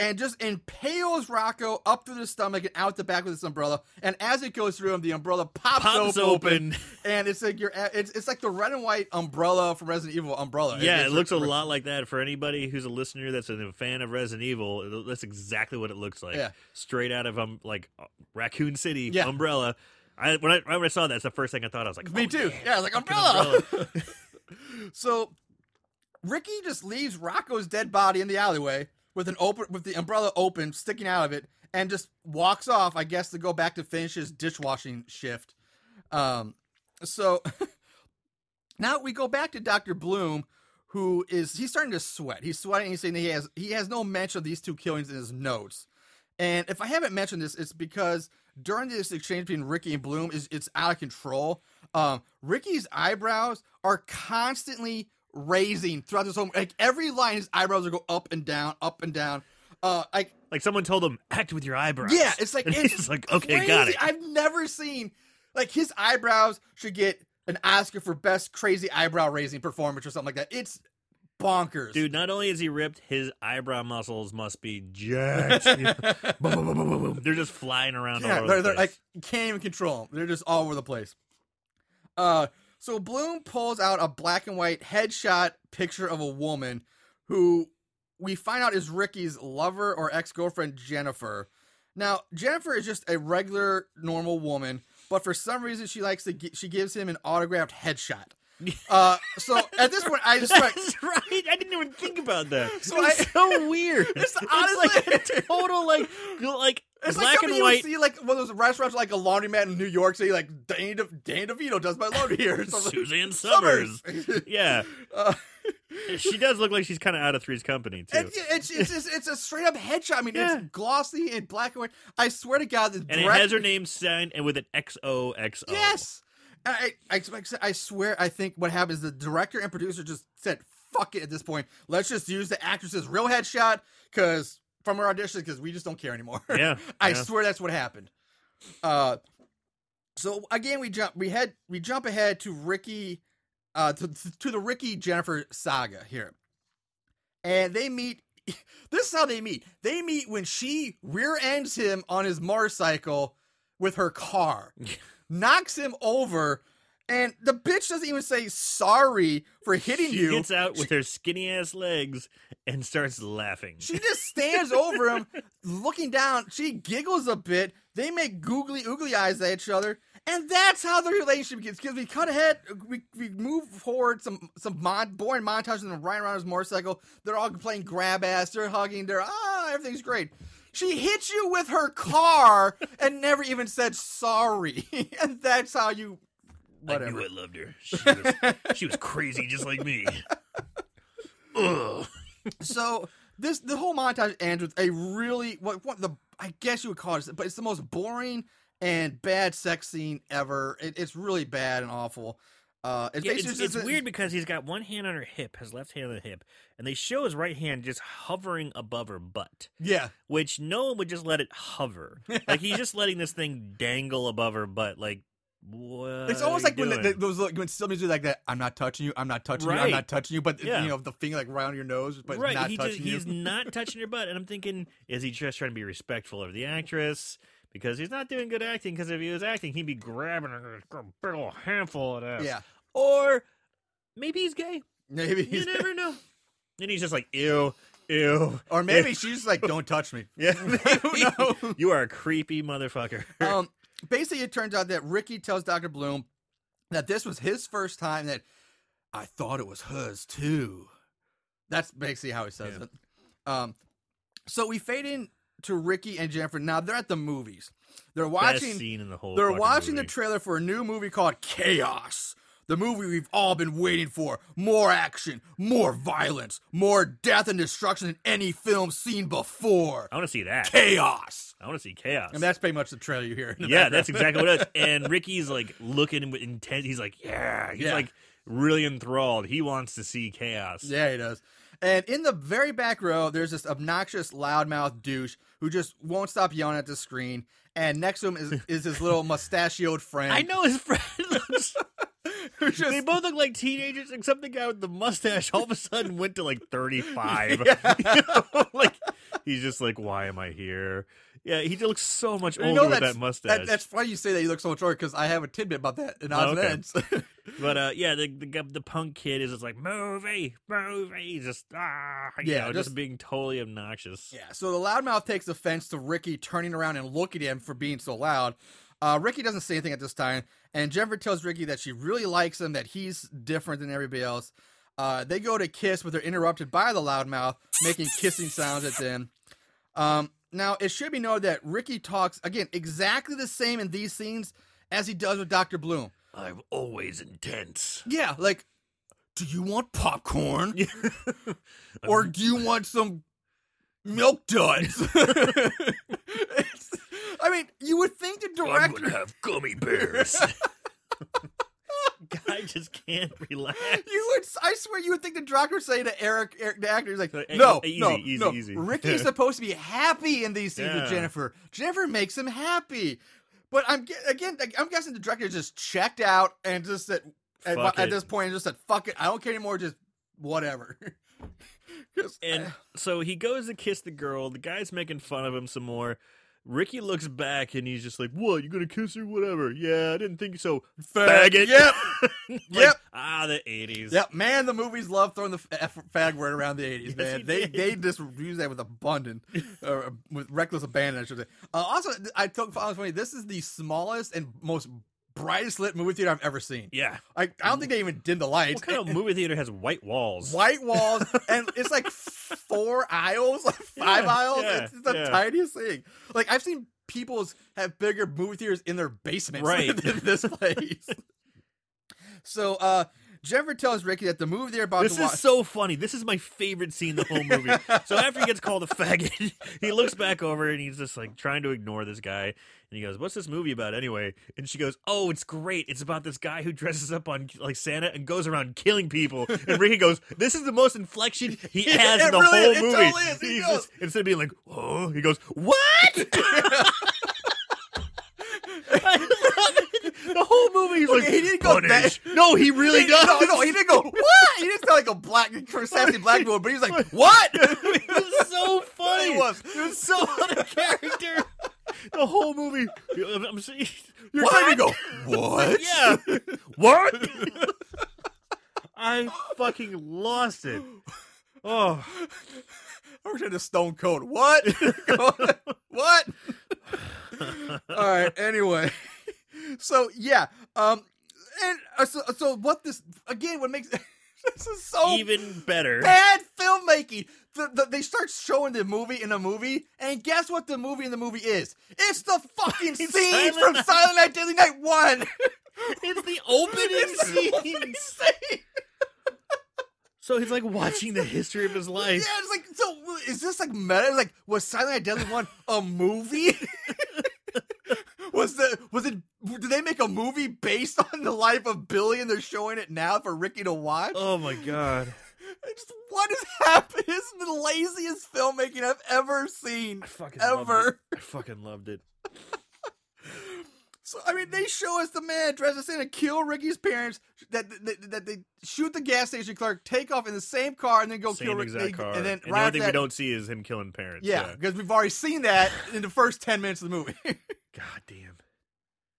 Speaker 2: and just impales Rocco up through the stomach and out the back with this umbrella. And as it goes through him, the umbrella pops,
Speaker 4: Pops
Speaker 2: open,
Speaker 4: open.
Speaker 2: and it's like your it's, it's like the red and white umbrella from Resident Evil umbrella.
Speaker 4: Yeah,
Speaker 2: It's-
Speaker 4: it looks a lot like that for anybody who's a listener that's a fan of Resident Evil. it- That's exactly what it looks like.
Speaker 2: Yeah.
Speaker 4: Straight out of um like uh, Raccoon City
Speaker 2: Yeah.
Speaker 4: umbrella. I when, I when I saw that, it's the first thing I thought. I was like,
Speaker 2: Me
Speaker 4: "Oh,
Speaker 2: too.
Speaker 4: yeah."
Speaker 2: Yeah, it's like umbrella. so Ricky just leaves Rocco's dead body in the alleyway with an open with the umbrella open sticking out of it and just walks off, I guess, to go back to finish his dishwashing shift. Um so now we go back to Dr. Bloom who is he's starting to sweat. He's sweating, he's saying that he has he has no mention of these two killings in his notes. And if I haven't mentioned this, it's because during this exchange between Ricky and Bloom is it's out of control. Um, Ricky's eyebrows are constantly raising throughout this whole like every line his eyebrows will go up and down, up and down. Uh like
Speaker 4: Like someone told him, act with your eyebrows.
Speaker 2: yeah, it's like
Speaker 4: And
Speaker 2: it's
Speaker 4: he's like, okay, got
Speaker 2: crazy.
Speaker 4: it.
Speaker 2: I've never seen like his eyebrows should get an Oscar for best crazy eyebrow raising performance or something like that. It's bonkers.
Speaker 4: Dude, not only is he ripped, his eyebrow muscles must be jacked. You know, boom, boom, boom, boom, boom, boom. They're just flying around all
Speaker 2: Yeah,
Speaker 4: over
Speaker 2: they're,
Speaker 4: the
Speaker 2: they're
Speaker 4: place.
Speaker 2: like you can't even control them. They're just all over the place. Uh, so Bloom pulls out a black and white headshot picture of a woman who we find out is Ricky's lover or ex girlfriend Jennifer. Now Jennifer is just a regular normal woman, but for some reason she likes to gi- she gives him an autographed headshot. Uh, so at this point, I just like
Speaker 4: That's right. I didn't even think about that.
Speaker 2: So
Speaker 4: So it's
Speaker 2: I-
Speaker 4: so weird.
Speaker 2: It's
Speaker 4: like
Speaker 2: honestly-
Speaker 4: a total like like
Speaker 2: It's like
Speaker 4: black
Speaker 2: something
Speaker 4: and
Speaker 2: you would
Speaker 4: white
Speaker 2: see like one of those restaurants, like a laundromat in New York City, like Danny, De- Danny DeVito does my laundry here. or something.
Speaker 4: Suzanne Summers. yeah,
Speaker 2: Uh,
Speaker 4: she does look like she's kind of out of Three's Company too.
Speaker 2: and it's, it's, it's, it's a straight up headshot. I mean,
Speaker 4: Yeah.
Speaker 2: it's glossy and black and white. I swear to God, the
Speaker 4: and it
Speaker 2: direct-
Speaker 4: has her name signed and with an XOXO.
Speaker 2: Yes, I, I expect. I swear, I think what happens the director and producer just said, "Fuck it." At this point, let's just use the actress's real headshot because from her audition because we just don't care anymore.
Speaker 4: Yeah,
Speaker 2: I
Speaker 4: yeah.
Speaker 2: swear that's what happened. Uh, so again, we jump. We head. We jump ahead to Ricky, uh, to, to the Ricky Jennifer saga here, and they meet. This is how they meet. They meet when she rear ends him on his motorcycle with her car, knocks him over, and the bitch doesn't even say sorry for hitting
Speaker 4: She
Speaker 2: you.
Speaker 4: gets out with her skinny ass legs and starts laughing.
Speaker 2: She just stands over him, looking down. She giggles a bit. They make googly oogly eyes at each other, and that's how the relationship gets. Because we cut ahead, we, we move forward some some mon- boring montage of them riding around his motorcycle. They're all playing grab ass. They're hugging. They're ah, everything's great. She hits you with her car and never even said sorry, and that's how you.
Speaker 4: I
Speaker 2: Whatever.
Speaker 4: knew I loved her. She was, she was crazy just like me. Ugh.
Speaker 2: so this the whole montage ends with a really what, what the I guess you would call it, but it's the most boring and bad sex scene ever. It, it's really bad and awful. Uh, it's,
Speaker 4: Yeah,
Speaker 2: basically
Speaker 4: it's,
Speaker 2: just-
Speaker 4: it's weird because he's got one hand on her hip, his left hand on the hip, and they show his right hand just hovering above her butt,
Speaker 2: Yeah,
Speaker 4: which no one would just let it hover. like he's just letting this thing dangle above her butt. Like what?
Speaker 2: it's almost
Speaker 4: are
Speaker 2: like
Speaker 4: you
Speaker 2: when the,
Speaker 4: doing?
Speaker 2: the, those like, when somebody's like that. I'm not touching you. I'm not touching you. I'm
Speaker 4: Right.
Speaker 2: not touching you. But
Speaker 4: Yeah.
Speaker 2: you know the finger like around your nose, but it's
Speaker 4: right,
Speaker 2: not
Speaker 4: he
Speaker 2: touching
Speaker 4: just,
Speaker 2: you.
Speaker 4: he's not touching her butt, and I'm thinking, is he just trying to be respectful of the actress? Because he's not doing good acting. Because if he was acting, he'd be grabbing her and a big ol' handful of that.
Speaker 2: yeah,
Speaker 4: Or maybe he's gay.
Speaker 2: maybe.
Speaker 4: You
Speaker 2: He's,
Speaker 4: never know. And he's just like, ew, ew.
Speaker 2: or maybe she's like, don't touch me.
Speaker 4: Yeah,
Speaker 2: Who knows?
Speaker 4: you are a creepy motherfucker.
Speaker 2: um, basically, it turns out that Ricky tells Dr. Bloom that this was his first time that I thought it was hers too. That's basically how he says
Speaker 4: Yeah.
Speaker 2: it. Um, so we fade in to Ricky and Jennifer. Now they're at the movies. They're
Speaker 4: Best
Speaker 2: watching.
Speaker 4: scene in the whole.
Speaker 2: They're
Speaker 4: fucking
Speaker 2: watching
Speaker 4: movie.
Speaker 2: the trailer for a new movie called Chaos. The movie we've all been waiting for. More action, more violence, more death and destruction than any film seen before.
Speaker 4: I want to see that.
Speaker 2: Chaos.
Speaker 4: I want to see chaos.
Speaker 2: And that's pretty much the trailer you hear. in the
Speaker 4: yeah,
Speaker 2: background.
Speaker 4: that's exactly what it is. And Ricky's like looking with intent. He's like, yeah. He's
Speaker 2: Yeah.
Speaker 4: like really enthralled. He wants to see chaos.
Speaker 2: Yeah, he does. And in the very back row, there's this obnoxious loudmouth douche who just won't stop yelling at the screen. And next to him is, is his little mustachioed friend.
Speaker 4: I know his friend looks.
Speaker 2: Who's just,
Speaker 4: they both look like teenagers, except the guy with the mustache all of a sudden went to like 35. You know, like he's just like, why am I here? Yeah, he looks so much
Speaker 2: you
Speaker 4: older
Speaker 2: know
Speaker 4: with
Speaker 2: that's-
Speaker 4: that mustache. Oh,
Speaker 2: That, that's why you say that you look so much older because I have a tidbit about that in odds
Speaker 4: okay.
Speaker 2: and ends.
Speaker 4: but uh, yeah, the, the gu- the punk kid is just like movie, movie, He's just ah, you
Speaker 2: Yeah,
Speaker 4: know, just,
Speaker 2: just-
Speaker 4: being totally obnoxious.
Speaker 2: yeah. So the loudmouth takes offense to Ricky turning around and looking at him for being so loud. Uh, Ricky doesn't say anything at this time, and Jennifer tells Ricky that she really likes him, that he's different than everybody else. Uh, they go to kiss, but they're interrupted by the loudmouth, making kissing sounds at them. Um, now, it should be noted that Ricky talks, again, exactly the same in these scenes as he does with Dr. Bloom.
Speaker 4: I'm always intense.
Speaker 2: Yeah, like, do you want popcorn? or do you want some milk duds? It's- I mean, you would think the
Speaker 4: I'm
Speaker 2: director,
Speaker 4: gonna have gummy bears. Guy just can't relax.
Speaker 2: you would, I swear, you would think the director would say to Eric, Eric the actor, he's like,
Speaker 4: Like,
Speaker 2: no,
Speaker 4: "Hey,
Speaker 2: no,
Speaker 4: easy, easy,
Speaker 2: no.
Speaker 4: easy."
Speaker 2: Ricky's supposed to be happy in these scenes
Speaker 4: Yeah.
Speaker 2: with Jennifer. Jennifer makes him happy, but I'm ge- again, like, I'm guessing the director just checked out and just said, at,
Speaker 4: Fuck
Speaker 2: at
Speaker 4: it.
Speaker 2: this point, just said, fuck it, I don't care anymore, just whatever. 'Cause- uh,
Speaker 4: And so he goes to kiss the girl. The guy's making fun of him some more. Ricky looks back and he's just like, "What? You gonna kiss her? Whatever? Yeah, I didn't think so." Faggot.
Speaker 2: Yep.
Speaker 4: Like,
Speaker 2: Yep.
Speaker 4: Ah, the eighties.
Speaker 2: Yep, man, the movies love throwing the f- f- fag word around the 80s,
Speaker 4: Yes,
Speaker 2: man.
Speaker 4: he
Speaker 2: They
Speaker 4: did.
Speaker 2: they just use that with abundant, or uh, with reckless abandon, I should say. Uh, also, th- I took found it funny. This is the smallest and most brightest lit movie theater I've ever seen.
Speaker 4: Yeah.
Speaker 2: Like, I don't think they even dim the lights.
Speaker 4: What kind of movie theater has white walls?
Speaker 2: White walls, and it's like four aisles, like five
Speaker 4: Yeah,
Speaker 2: aisles.
Speaker 4: yeah,
Speaker 2: it's the
Speaker 4: yeah.
Speaker 2: tiniest thing. Like I've seen people's have bigger movie theaters in their basements
Speaker 4: Right.
Speaker 2: than this place. so uh Jennifer tells Ricky that the movie they're about
Speaker 4: This
Speaker 2: to watch.
Speaker 4: is so funny. This is my favorite scene in the whole movie. so after he gets called a faggot, he looks back over and he's just like trying to ignore this guy. And he goes, "What's this movie about anyway?" And she goes, "Oh, it's great. It's about this guy who dresses up on like Santa and goes around killing people." And Ricky goes, "This is the most inflection he has
Speaker 2: it
Speaker 4: in the
Speaker 2: really-
Speaker 4: whole
Speaker 2: it
Speaker 4: movie."
Speaker 2: totally is. He
Speaker 4: He's
Speaker 2: goes-
Speaker 4: just- instead of being like, "Oh," he goes, "What?" I love it. The whole movie, he's
Speaker 2: Okay,
Speaker 4: like,
Speaker 2: he didn't go
Speaker 4: "Punish."
Speaker 2: that-
Speaker 4: No, he really does.
Speaker 2: No, no, he didn't go. What? He didn't sound like a black, sassy black woman, but he was like, "What?"
Speaker 4: It was so funny.
Speaker 2: It was.
Speaker 4: It was so out of character. The whole movie. I'm, I'm saying.
Speaker 2: You're
Speaker 4: what?
Speaker 2: trying to go. What?
Speaker 4: Yeah. what? I fucking lost it. Oh,
Speaker 2: I wish I had a stone cold. What? what? All right. Anyway, so yeah. Um, and uh, so, so what? This again? What makes this is so
Speaker 4: Oh, even better.
Speaker 2: bad filmmaking. The, the, they start showing the movie in a movie, and guess what? The movie in the movie is it's the fucking
Speaker 4: It's
Speaker 2: scene
Speaker 4: Silent
Speaker 2: from
Speaker 4: Night.
Speaker 2: Silent Night Deadly Night One.
Speaker 4: It's the opening
Speaker 2: It's the
Speaker 4: scene. So he's like watching the history of his
Speaker 2: Yeah,
Speaker 4: life.
Speaker 2: it's like so. Is this like meta? Like, was Silent Night Deadly One a movie? was the was it? Did they make a movie based on the life of Billy, and they're showing it now for Ricky to watch?
Speaker 4: Oh my god.
Speaker 2: It's just, what is happening? It's the laziest filmmaking I've ever seen.
Speaker 4: I fucking Loved
Speaker 2: Ever.
Speaker 4: it. I fucking loved it.
Speaker 2: So I mean, they show us the man dressed as Santa kill Ricky's parents. That that, that they shoot the gas station clerk, take off in the same car, and then go kill
Speaker 4: Same
Speaker 2: Ricky.
Speaker 4: exact car.
Speaker 2: And then
Speaker 4: the
Speaker 2: right
Speaker 4: only
Speaker 2: after
Speaker 4: thing we
Speaker 2: that,
Speaker 4: don't see is him killing parents.
Speaker 2: yeah, because we've already seen that in the first ten minutes of the movie.
Speaker 4: God damn.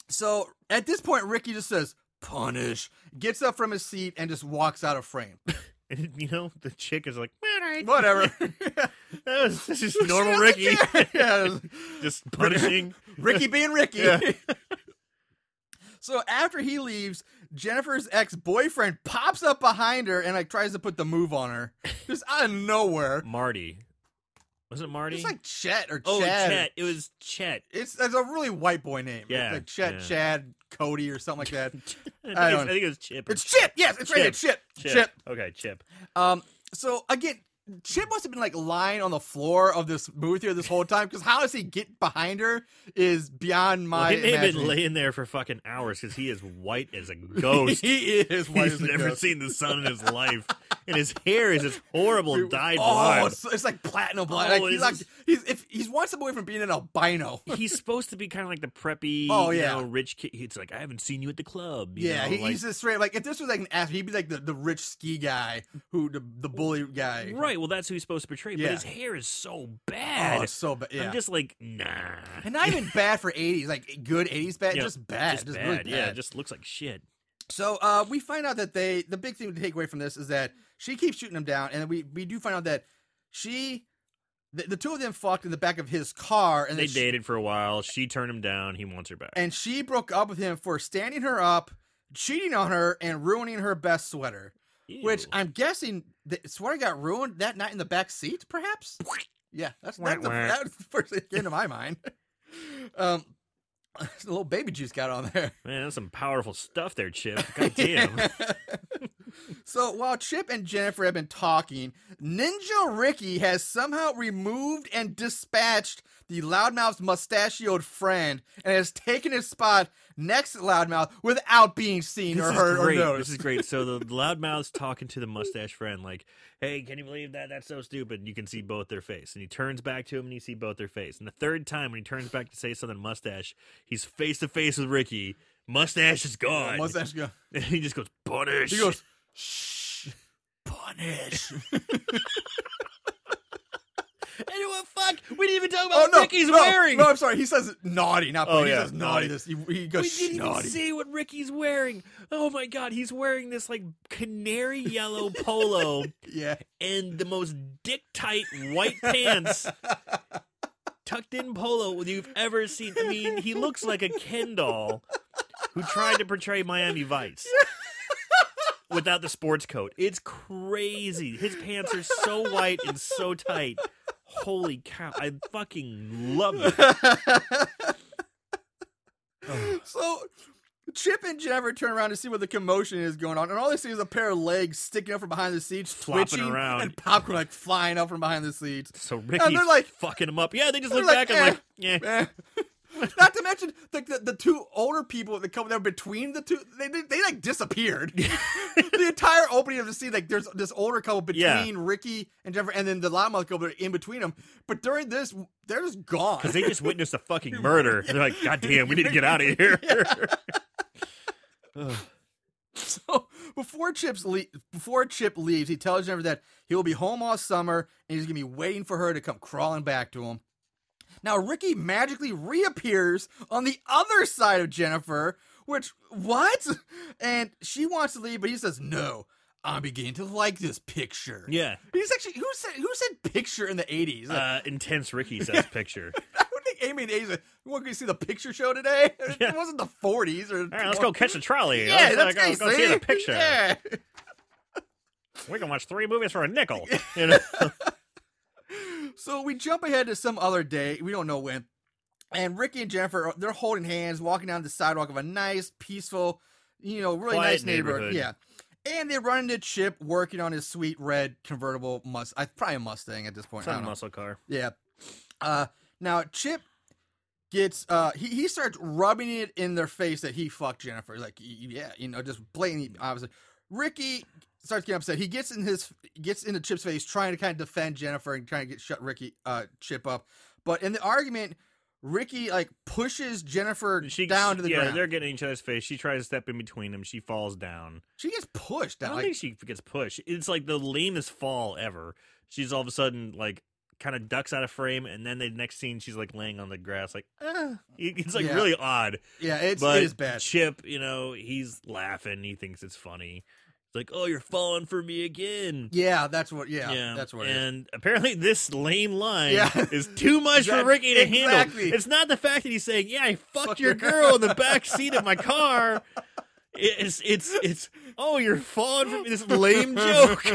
Speaker 2: So at this point, Ricky just says, punish, gets up from his seat, and just walks out of frame.
Speaker 4: And you know, the chick is like, all right.
Speaker 2: Whatever.
Speaker 4: That was that's just
Speaker 2: She
Speaker 4: normal
Speaker 2: doesn't
Speaker 4: Ricky.
Speaker 2: care. yeah.
Speaker 4: just punishing.
Speaker 2: Ricky being Ricky.
Speaker 4: Yeah.
Speaker 2: so after he leaves, Jennifer's ex boyfriend pops up behind her and like tries to put the move on her. Just out of nowhere.
Speaker 4: Marty. Was it Marty?
Speaker 2: It's like Chet or
Speaker 4: oh,
Speaker 2: Chad.
Speaker 4: Chet. It was Chet.
Speaker 2: It's, it's a really white boy name. It's
Speaker 4: Yeah,
Speaker 2: like Chet,
Speaker 4: yeah.
Speaker 2: Chad, Cody, or something like that.
Speaker 4: I think,
Speaker 2: I
Speaker 4: it was,
Speaker 2: don't-
Speaker 4: I think it was Chip. or
Speaker 2: it's Chip. Yes, it's right. here. Chip.
Speaker 4: Chip.
Speaker 2: Chip.
Speaker 4: Okay, Chip.
Speaker 2: Um, so again, Chip must have been like lying on the floor of this booth here this whole time because how does he get behind her is beyond
Speaker 4: Well,
Speaker 2: my.
Speaker 4: he may have been
Speaker 2: imagining.
Speaker 4: laying there for fucking hours because he is white as a ghost.
Speaker 2: he is. White
Speaker 4: He's
Speaker 2: as a
Speaker 4: never
Speaker 2: ghost.
Speaker 4: seen the sun in his life, and his hair is this horrible dyed
Speaker 2: Oh,
Speaker 4: blonde.
Speaker 2: it's, it's like platinum black.
Speaker 4: Oh,
Speaker 2: like, he's,
Speaker 4: it's
Speaker 2: like,
Speaker 4: just-
Speaker 2: he's if he's one step away from being an albino.
Speaker 4: He's supposed to be kind of like the preppy,
Speaker 2: Oh,
Speaker 4: you
Speaker 2: yeah.
Speaker 4: know, rich kid. It's like I haven't seen you at the club. you
Speaker 2: Yeah,
Speaker 4: know,
Speaker 2: he,
Speaker 4: like-
Speaker 2: he's just straight. Like if this was like an athlete, he'd be like the, the rich ski guy who the, the bully guy.
Speaker 4: right. Well, that's who he's supposed to portray.
Speaker 2: Yeah.
Speaker 4: But his hair is so
Speaker 2: Oh,
Speaker 4: bad.
Speaker 2: it's so bad. Yeah.
Speaker 4: I'm just like nah.
Speaker 2: and not even bad for 80s, like good 80s bad,
Speaker 4: Yeah,
Speaker 2: just bad. Just, really bad.
Speaker 4: Yeah, just looks like shit.
Speaker 2: So uh, we find out that they the big thing to take away from this is that she keeps shooting him down, and we we do find out that she the, the two of them fucked in the back of his car, and
Speaker 4: They
Speaker 2: that she-
Speaker 4: dated for a while. She turned him down. He wants her back.
Speaker 2: and she broke up with him for standing her up, cheating on her, and ruining her best sweater. Which
Speaker 4: Ew.
Speaker 2: I'm guessing the sweater got ruined that night in the back seat, perhaps. Yeah, that's that's the,
Speaker 4: Wah, wah.
Speaker 2: that's the first thing that came to my mind. Um, a little baby juice got on there.
Speaker 4: man, that's some powerful stuff there, Chip. God damn.
Speaker 2: so while Chip and Jennifer have been talking, Ninja Ricky has somehow removed and dispatched the loudmouth's mustachioed friend and has taken his spot next to loudmouth without being seen
Speaker 4: This
Speaker 2: or
Speaker 4: is
Speaker 2: heard
Speaker 4: great.
Speaker 2: or noticed.
Speaker 4: This is great. So the loudmouth's talking to the mustache friend, like, "Hey, can you believe that? That's so stupid." You can see both their face, and he turns back to him, and you see both their face. And the third time, when he turns back to say something, to mustache, he's face to face with Ricky. Mustache is gone.
Speaker 2: Mustache go-
Speaker 4: And he just goes, "Punish."
Speaker 2: He goes, shh,
Speaker 4: "Punish." Anyone? Fuck. We didn't even talk
Speaker 2: Oh
Speaker 4: about
Speaker 2: no!
Speaker 4: what Ricky's
Speaker 2: no,
Speaker 4: wearing.
Speaker 2: No, I'm sorry. He says naughty, not.
Speaker 4: Oh,
Speaker 2: Oh, he
Speaker 4: yeah,
Speaker 2: says naughty.
Speaker 4: naughty.
Speaker 2: This he, he goes
Speaker 4: we didn't
Speaker 2: "Shh, naughty.
Speaker 4: even see what Ricky's wearing. Oh my god, he's wearing this like canary yellow polo
Speaker 2: yeah,
Speaker 4: and the most dick tight white pants tucked in polo you've ever seen. I mean, he looks like a Ken doll who tried to portray Miami Vice without the sports coat. It's crazy. His pants are so white and so tight. Holy cow. I fucking love it.
Speaker 2: So Chip and Jennifer turn around to see what the commotion is going on, and all they see is a pair of legs sticking up from behind the seats,
Speaker 4: Flopping
Speaker 2: twitching,
Speaker 4: around.
Speaker 2: and popcorn like flying up from behind the seats.
Speaker 4: So Ricky's
Speaker 2: they're like-
Speaker 4: fucking him up. Yeah, they just
Speaker 2: they're
Speaker 4: look
Speaker 2: like,
Speaker 4: back and
Speaker 2: eh,
Speaker 4: like, yeah.
Speaker 2: Eh. Not to mention the, the the two older people that come there between the two, they they, they, like disappeared. the entire opening of the scene, like there's this older couple between
Speaker 4: Yeah.
Speaker 2: Ricky and Jennifer, and then the loudmouth couple are in between them. But during this, they're just gone.
Speaker 4: Because they just witnessed a fucking murder. They're like, God damn, we need to get out of here.
Speaker 2: So before Chip's le- before Chip leaves, he tells Jennifer that he will be home all summer and he's gonna be waiting for her to come crawling back to him. Now Ricky magically reappears on the other side of Jennifer, which what? And she wants to leave, but he says no. I'm beginning to like this picture.
Speaker 4: yeah.
Speaker 2: He's actually who said who said picture in the eighties?
Speaker 4: Uh, intense Ricky says picture.
Speaker 2: I would think Amy and Asia. You want to see the picture show today? It
Speaker 4: Yeah.
Speaker 2: wasn't the forties or.
Speaker 4: All right, let's go catch a trolley.
Speaker 2: Yeah,
Speaker 4: let's
Speaker 2: that's
Speaker 4: go,
Speaker 2: great,
Speaker 4: go see the picture.
Speaker 2: Yeah.
Speaker 4: We can watch three movies for a nickel. You know?
Speaker 2: So we jump ahead to some other day. We don't know when. And Ricky and Jennifer, are- they're holding hands, walking down the sidewalk of a nice, peaceful, you know, really
Speaker 4: Quiet
Speaker 2: nice neighborhood.
Speaker 4: neighborhood.
Speaker 2: Yeah. And they run into Chip working on his sweet red convertible must. I probably a Mustang at this point.
Speaker 4: It's
Speaker 2: I
Speaker 4: not a
Speaker 2: don't know.
Speaker 4: muscle car.
Speaker 2: Yeah. Uh, now Chip gets uh he, he starts rubbing it in their face that he fucked Jennifer. Like y- yeah, you know, just blatantly obviously. Ricky starts getting upset. He gets in his gets into Chip's face, trying to kind of defend Jennifer and trying to get shut Ricky uh Chip up. But in the argument, Ricky like pushes Jennifer
Speaker 4: She
Speaker 2: down to the
Speaker 4: yeah,
Speaker 2: ground.
Speaker 4: they're getting in each other's face. She tries to step in between them. She falls down.
Speaker 2: She gets pushed
Speaker 4: I
Speaker 2: down.
Speaker 4: don't
Speaker 2: Like,
Speaker 4: think she gets pushed. It's like the lamest fall ever. She's all of a sudden like kind of ducks out of frame, and then the next scene she's like laying on the grass, like ah. It- it's like
Speaker 2: Yeah.
Speaker 4: really odd.
Speaker 2: yeah, it's
Speaker 4: but
Speaker 2: it is bad.
Speaker 4: Chip, you know, he's laughing. He thinks it's funny. It's like, oh, you're falling for me again.
Speaker 2: yeah, that's what. Yeah, that's what. it is.
Speaker 4: And apparently, this lame line
Speaker 2: Yeah.
Speaker 4: is too much
Speaker 2: That-
Speaker 4: for Ricky to
Speaker 2: exactly.
Speaker 4: handle. It's not the fact that he's saying, "Yeah, I fucked
Speaker 2: Fuck
Speaker 4: your
Speaker 2: your girl."
Speaker 4: girl in the back seat of my car." It's it's it's oh, you're falling for me. This lame joke.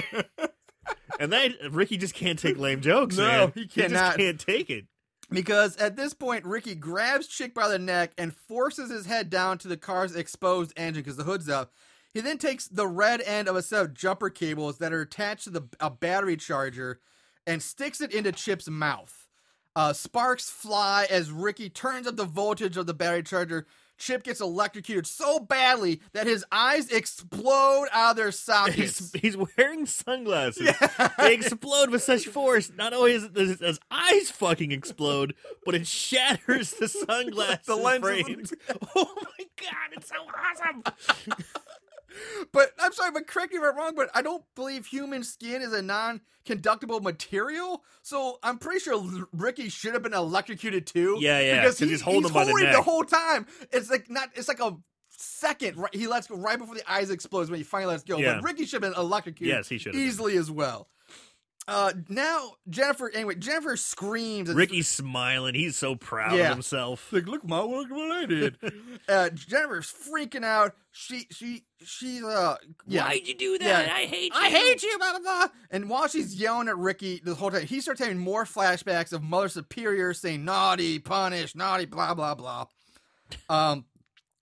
Speaker 4: and that Ricky just can't take lame jokes.
Speaker 2: No,
Speaker 4: man.
Speaker 2: he
Speaker 4: just
Speaker 2: cannot.
Speaker 4: can't take it.
Speaker 2: Because at this point, Ricky grabs Chick by the neck and forces his head down to the car's exposed engine because the hood's up. He then takes the red end of a set of jumper cables that are attached to the, a battery charger and sticks it into Chip's mouth. Uh, sparks fly as Ricky turns up the voltage of the battery charger. Chip gets electrocuted so badly that his eyes explode out of their
Speaker 4: He's,
Speaker 2: sockets.
Speaker 4: he's wearing sunglasses. They explode with such force. Not only does, does his eyes fucking explode, but it shatters the sunglasses
Speaker 2: The lenses and-
Speaker 4: frames. Oh my god, it's so awesome!
Speaker 2: But I'm sorry, but correct me if I'm wrong, but I don't believe human skin is a non conductible material. So I'm pretty sure L- Ricky should have been electrocuted too.
Speaker 4: Yeah, yeah,
Speaker 2: Because
Speaker 4: 'cause
Speaker 2: he-
Speaker 4: he's holding him by the
Speaker 2: holding
Speaker 4: neck.
Speaker 2: whole time. It's like not. It's like a second. Right, he lets go right before the eyes explodes when he finally lets go.
Speaker 4: Yeah.
Speaker 2: But Ricky should have been electrocuted.
Speaker 4: Yes, he should have been.
Speaker 2: easily as well. Uh, now Jennifer. Anyway, Jennifer screams. and-
Speaker 4: Ricky's smiling. He's so proud
Speaker 2: Yeah.
Speaker 4: of himself.
Speaker 2: like, look, ma, look what I did. uh, Jennifer's freaking out. She, she, she's uh, yeah.
Speaker 4: Why'd you do
Speaker 2: Yeah.
Speaker 4: that? I hate you.
Speaker 2: I hate you, blah blah blah. And while she's yelling at Ricky the whole time, he starts having more flashbacks of Mother Superior saying naughty, punish, naughty, blah blah blah. Um,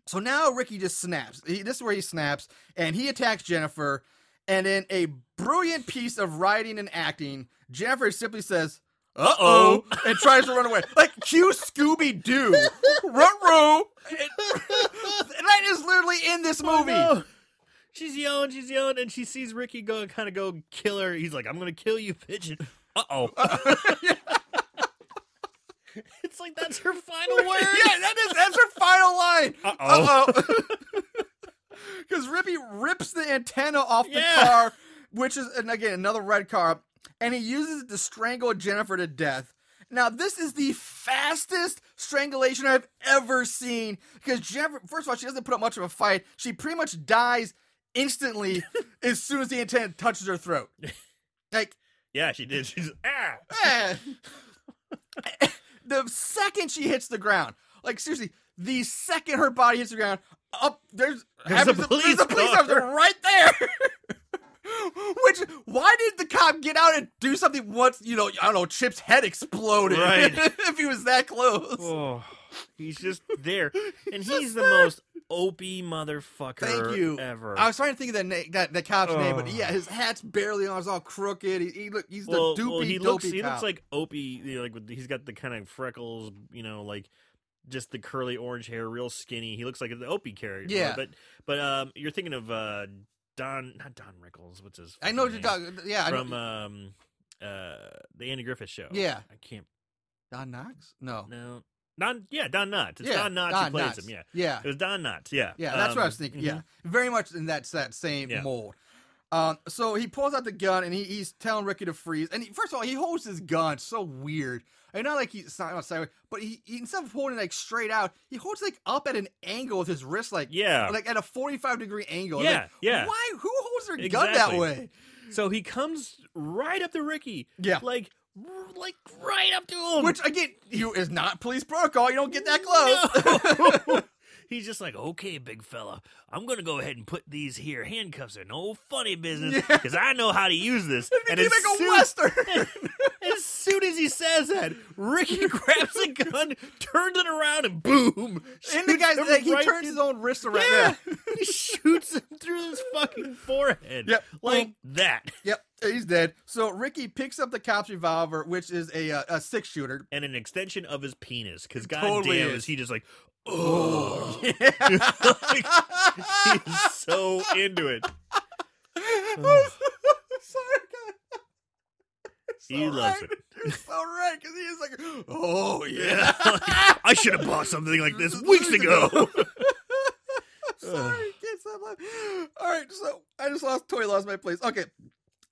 Speaker 2: so now Ricky just snaps. He, this is where he snaps, and he attacks Jennifer. And in a brilliant piece of writing and acting, Jennifer simply says,
Speaker 4: Uh
Speaker 2: "Oh,"
Speaker 4: oh.
Speaker 2: and tries to run away like cue Scooby Doo, Ruh-roh. And That is literally in this movie.
Speaker 4: no. She's yelling, she's yelling, and she sees Ricky go kind of go kill her. He's like, I'm gonna kill you, pigeon. Uh oh. it's like that's her final word.
Speaker 2: yeah, that is that's her final line.
Speaker 4: Uh-oh.
Speaker 2: Uh-oh. Because Rippy rips the antenna off the
Speaker 4: Yeah.
Speaker 2: car, which is and again another red car, and he uses it to strangle Jennifer to death. Now this is the fastest strangulation I've ever seen. Because Jennifer, first of all, she doesn't put up much of a fight. She pretty much dies instantly as soon as the antenna touches her throat. Like
Speaker 4: Yeah, she did. She's ah.
Speaker 2: Eh. the second she hits the ground, like seriously, the second her body hits the ground, up there's
Speaker 4: There's
Speaker 2: happens-
Speaker 4: a police
Speaker 2: there's a police
Speaker 4: car.
Speaker 2: officer right there. Which why did the cop get out and do something once you know I don't know Chip's head exploded
Speaker 4: Right.
Speaker 2: if he was that close.
Speaker 4: Oh, he's just there, and he's the most opie motherfucker.
Speaker 2: Thank you.
Speaker 4: Ever.
Speaker 2: I was trying to think of that na- that, that cop's name, but
Speaker 4: Oh.
Speaker 2: yeah, his hat's barely on. It's all crooked. He, he look, he's
Speaker 4: well,
Speaker 2: the doopy
Speaker 4: well, he
Speaker 2: dopey
Speaker 4: looks. He
Speaker 2: cop.
Speaker 4: looks like opie. You know, like with, he's got the kind of freckles. You know, like just the curly orange hair, real skinny. He looks like the opie character.
Speaker 2: Yeah.
Speaker 4: but but um, you're thinking of uh Don, not Don Rickles. What's his?
Speaker 2: I know what
Speaker 4: fucking
Speaker 2: you're
Speaker 4: name?
Speaker 2: talking. Yeah, I know-
Speaker 4: from uh, um uh the Andy Griffith Show.
Speaker 2: Yeah.
Speaker 4: I can't.
Speaker 2: Don Knox. No,
Speaker 4: No, Don. Yeah, Don Knotts. It's Don Knotts who plays him. Yeah.
Speaker 2: Yeah.
Speaker 4: It was Don Knotts, yeah.
Speaker 2: Yeah, that's what I
Speaker 4: Um,
Speaker 2: was thinking.
Speaker 4: mhm.
Speaker 2: Yeah, very much in that that same
Speaker 4: Yeah.
Speaker 2: mold. Um, so he pulls out the gun and he, he's telling Ricky to freeze. And he, first of all, he holds his gun so weird. And not like he's not not sideways, but he, he instead of holding like straight out, he holds like up at an angle with his wrist, like
Speaker 4: Yeah.
Speaker 2: like at a forty five degree angle. It's
Speaker 4: Yeah,
Speaker 2: like,
Speaker 4: yeah.
Speaker 2: Why? Who holds their gun that
Speaker 4: Exactly.
Speaker 2: way?
Speaker 4: So he comes right up to Ricky.
Speaker 2: Yeah.
Speaker 4: Like, r- like right up to him.
Speaker 2: Which again, you is not police protocol. You don't get that close.
Speaker 4: No. He's just like, okay, big fella, I'm gonna go ahead and put these here handcuffs in. No funny business, because I know how to use this.
Speaker 2: and
Speaker 4: and
Speaker 2: you
Speaker 4: as
Speaker 2: make a
Speaker 4: soon-
Speaker 2: western.
Speaker 4: as soon as he says that, Ricky grabs a gun, turns it around, and boom!
Speaker 2: and the
Speaker 4: shoots
Speaker 2: guy's
Speaker 4: him
Speaker 2: like, he
Speaker 4: right
Speaker 2: turns
Speaker 4: in-
Speaker 2: his own wrist around.
Speaker 4: Yeah, he shoots him through his fucking forehead.
Speaker 2: Yep.
Speaker 4: like
Speaker 2: Well-
Speaker 4: that.
Speaker 2: Yep, he's dead. So Ricky picks up the cop's revolver, which is a uh, a six shooter.
Speaker 4: And an extension of his penis, because goddamn,
Speaker 2: Totally is.
Speaker 4: is he just like, oh, Like, he's so into it.
Speaker 2: Sorry, God.
Speaker 4: He loves
Speaker 2: right.
Speaker 4: it.
Speaker 2: You're so right because he is like, oh yeah.
Speaker 4: Yeah, like, I should have bought something like this weeks ago.
Speaker 2: Sorry, kids. I'm like, all right. So I just lost toy, lost my place. Okay.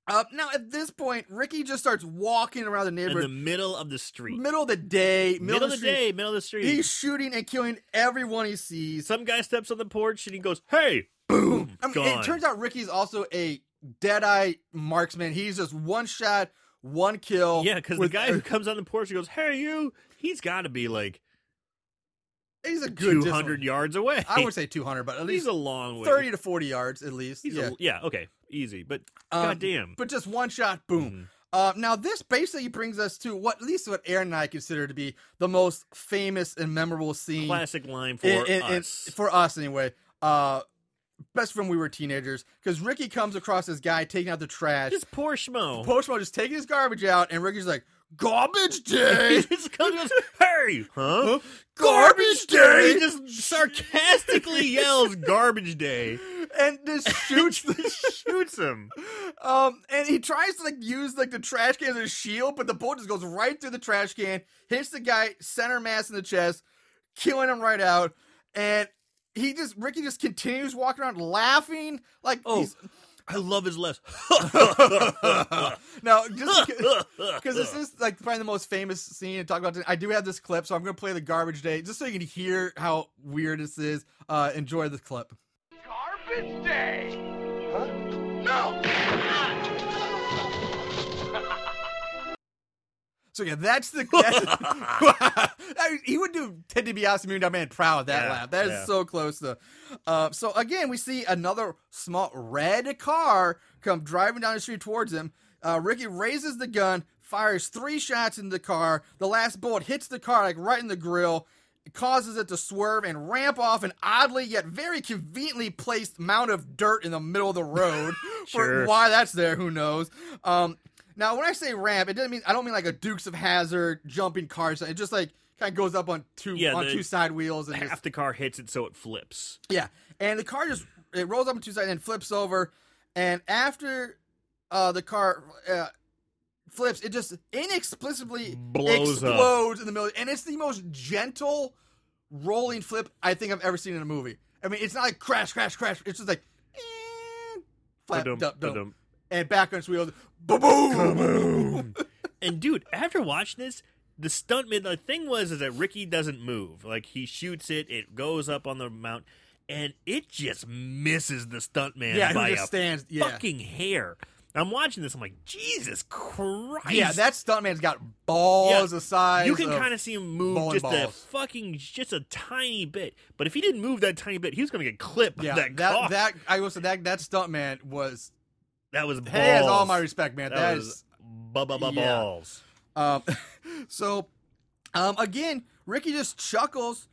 Speaker 2: Uh, now at this point, Ricky just starts walking around the
Speaker 4: In the
Speaker 2: neighborhood,
Speaker 4: middle of the street,
Speaker 2: middle of the day, middle,
Speaker 4: middle of the
Speaker 2: street.
Speaker 4: day, middle of the street.
Speaker 2: He's shooting and killing everyone he sees.
Speaker 4: Some guy steps on the porch and he goes, "Hey, boom,
Speaker 2: I mean,
Speaker 4: gone."
Speaker 2: it turns out Ricky's also a dead eye marksman. He's just one shot, one kill.
Speaker 4: yeah, because the
Speaker 2: with-
Speaker 4: guy who comes on the porch and goes, "Hey, you," he's got to be like
Speaker 2: He's a good
Speaker 4: two
Speaker 2: 200
Speaker 4: hundred yards away.
Speaker 2: I would say 200, but at
Speaker 4: he's
Speaker 2: least
Speaker 4: a long way.
Speaker 2: 30 to 40 yards at least.
Speaker 4: He's
Speaker 2: yeah.
Speaker 4: a, yeah. Okay. Easy, but
Speaker 2: Um,
Speaker 4: goddamn.
Speaker 2: But just one shot, boom.
Speaker 4: Mhm.
Speaker 2: Uh, now, this basically brings us to what, at least what Aaron and I consider to be the most famous and memorable scene
Speaker 4: classic line for
Speaker 2: in- in- in-
Speaker 4: us.
Speaker 2: for us, anyway. Uh, best when we were teenagers, because Ricky comes across this guy taking out the trash.
Speaker 4: this poor schmo.
Speaker 2: Postmo just taking his garbage out, and Ricky's like, "Garbage day,
Speaker 4: He just comes and goes, hey, huh?
Speaker 2: garbage day!"
Speaker 4: He just sarcastically yells, garbage day.
Speaker 2: and just shoots the
Speaker 4: Shoots him.
Speaker 2: Um, and he tries to like use like the trash can as a shield, but the bullet just goes right through the trash can, hits the guy center mass in the chest, killing him right out. And he just Ricky just continues walking around laughing like
Speaker 4: Oh.
Speaker 2: he's-
Speaker 4: I love his left.
Speaker 2: now just because this is like probably the most famous scene to talk about. Today. I do have this clip, so I'm gonna play the garbage day just so you can hear how weird this is. Uh, enjoy this clip.
Speaker 1: Garbage day!
Speaker 5: Huh?
Speaker 1: No!
Speaker 2: So yeah, that's the. That's, I mean, he would do Ted DiBiase, Moon Dog Man proud of that
Speaker 4: Yeah,
Speaker 2: laugh. That is
Speaker 4: yeah.
Speaker 2: so close to. Uh, so again, we see another small red car come driving down the street towards him. Uh, Ricky raises the gun, fires three shots in the car. The last bullet hits the car like right in the grill, causes it to swerve and ramp off an oddly yet very conveniently placed mound of dirt in the middle of the road. For
Speaker 4: Sure.
Speaker 2: why that's there, who knows? Um, now, when I say ramp, it doesn't mean I don't mean like a Dukes of Hazard jumping car. It just like kind of goes up on two
Speaker 4: Yeah,
Speaker 2: on
Speaker 4: the-
Speaker 2: two side wheels and just
Speaker 4: Half the car hits it so it flips.
Speaker 2: yeah, and the car just it rolls up on two sides and flips over, and after uh, the car uh, flips, it just inexplicably
Speaker 4: Blows up.
Speaker 2: explodes in the middle, and it's the most gentle rolling flip I think I've ever seen in a movie. I mean, it's not like crash, crash, crash. It's just like eh, flap,
Speaker 4: Ba-dum,
Speaker 2: dump, dump,
Speaker 4: ba-dum.
Speaker 2: and back on its wheels, boom.
Speaker 4: And dude, after watching this, the stuntman, the thing was, is that Ricky doesn't move. Like he shoots it, it goes up on the mount, and it just misses the stuntman
Speaker 2: yeah,
Speaker 4: by
Speaker 2: who
Speaker 4: a
Speaker 2: just stands? Yeah,
Speaker 4: fucking hair. I'm watching this. I'm like, Jesus Christ!
Speaker 2: yeah. That stuntman's got balls
Speaker 4: Yeah.
Speaker 2: the size.
Speaker 4: you can
Speaker 2: of-
Speaker 4: kind of see him move
Speaker 2: bowling
Speaker 4: just a
Speaker 2: balls.
Speaker 4: fucking, just a tiny bit. But if he didn't move that tiny bit, he was gonna get clipped.
Speaker 2: Yeah,
Speaker 4: that
Speaker 2: that
Speaker 4: car.
Speaker 2: that, I will say that that stuntman was
Speaker 4: That was balls.
Speaker 2: he has all my respect, man.
Speaker 4: That,
Speaker 2: that
Speaker 4: was
Speaker 2: is
Speaker 4: bu- bu- bu-
Speaker 2: yeah.
Speaker 4: balls.
Speaker 2: um, so um again, Ricky just chuckles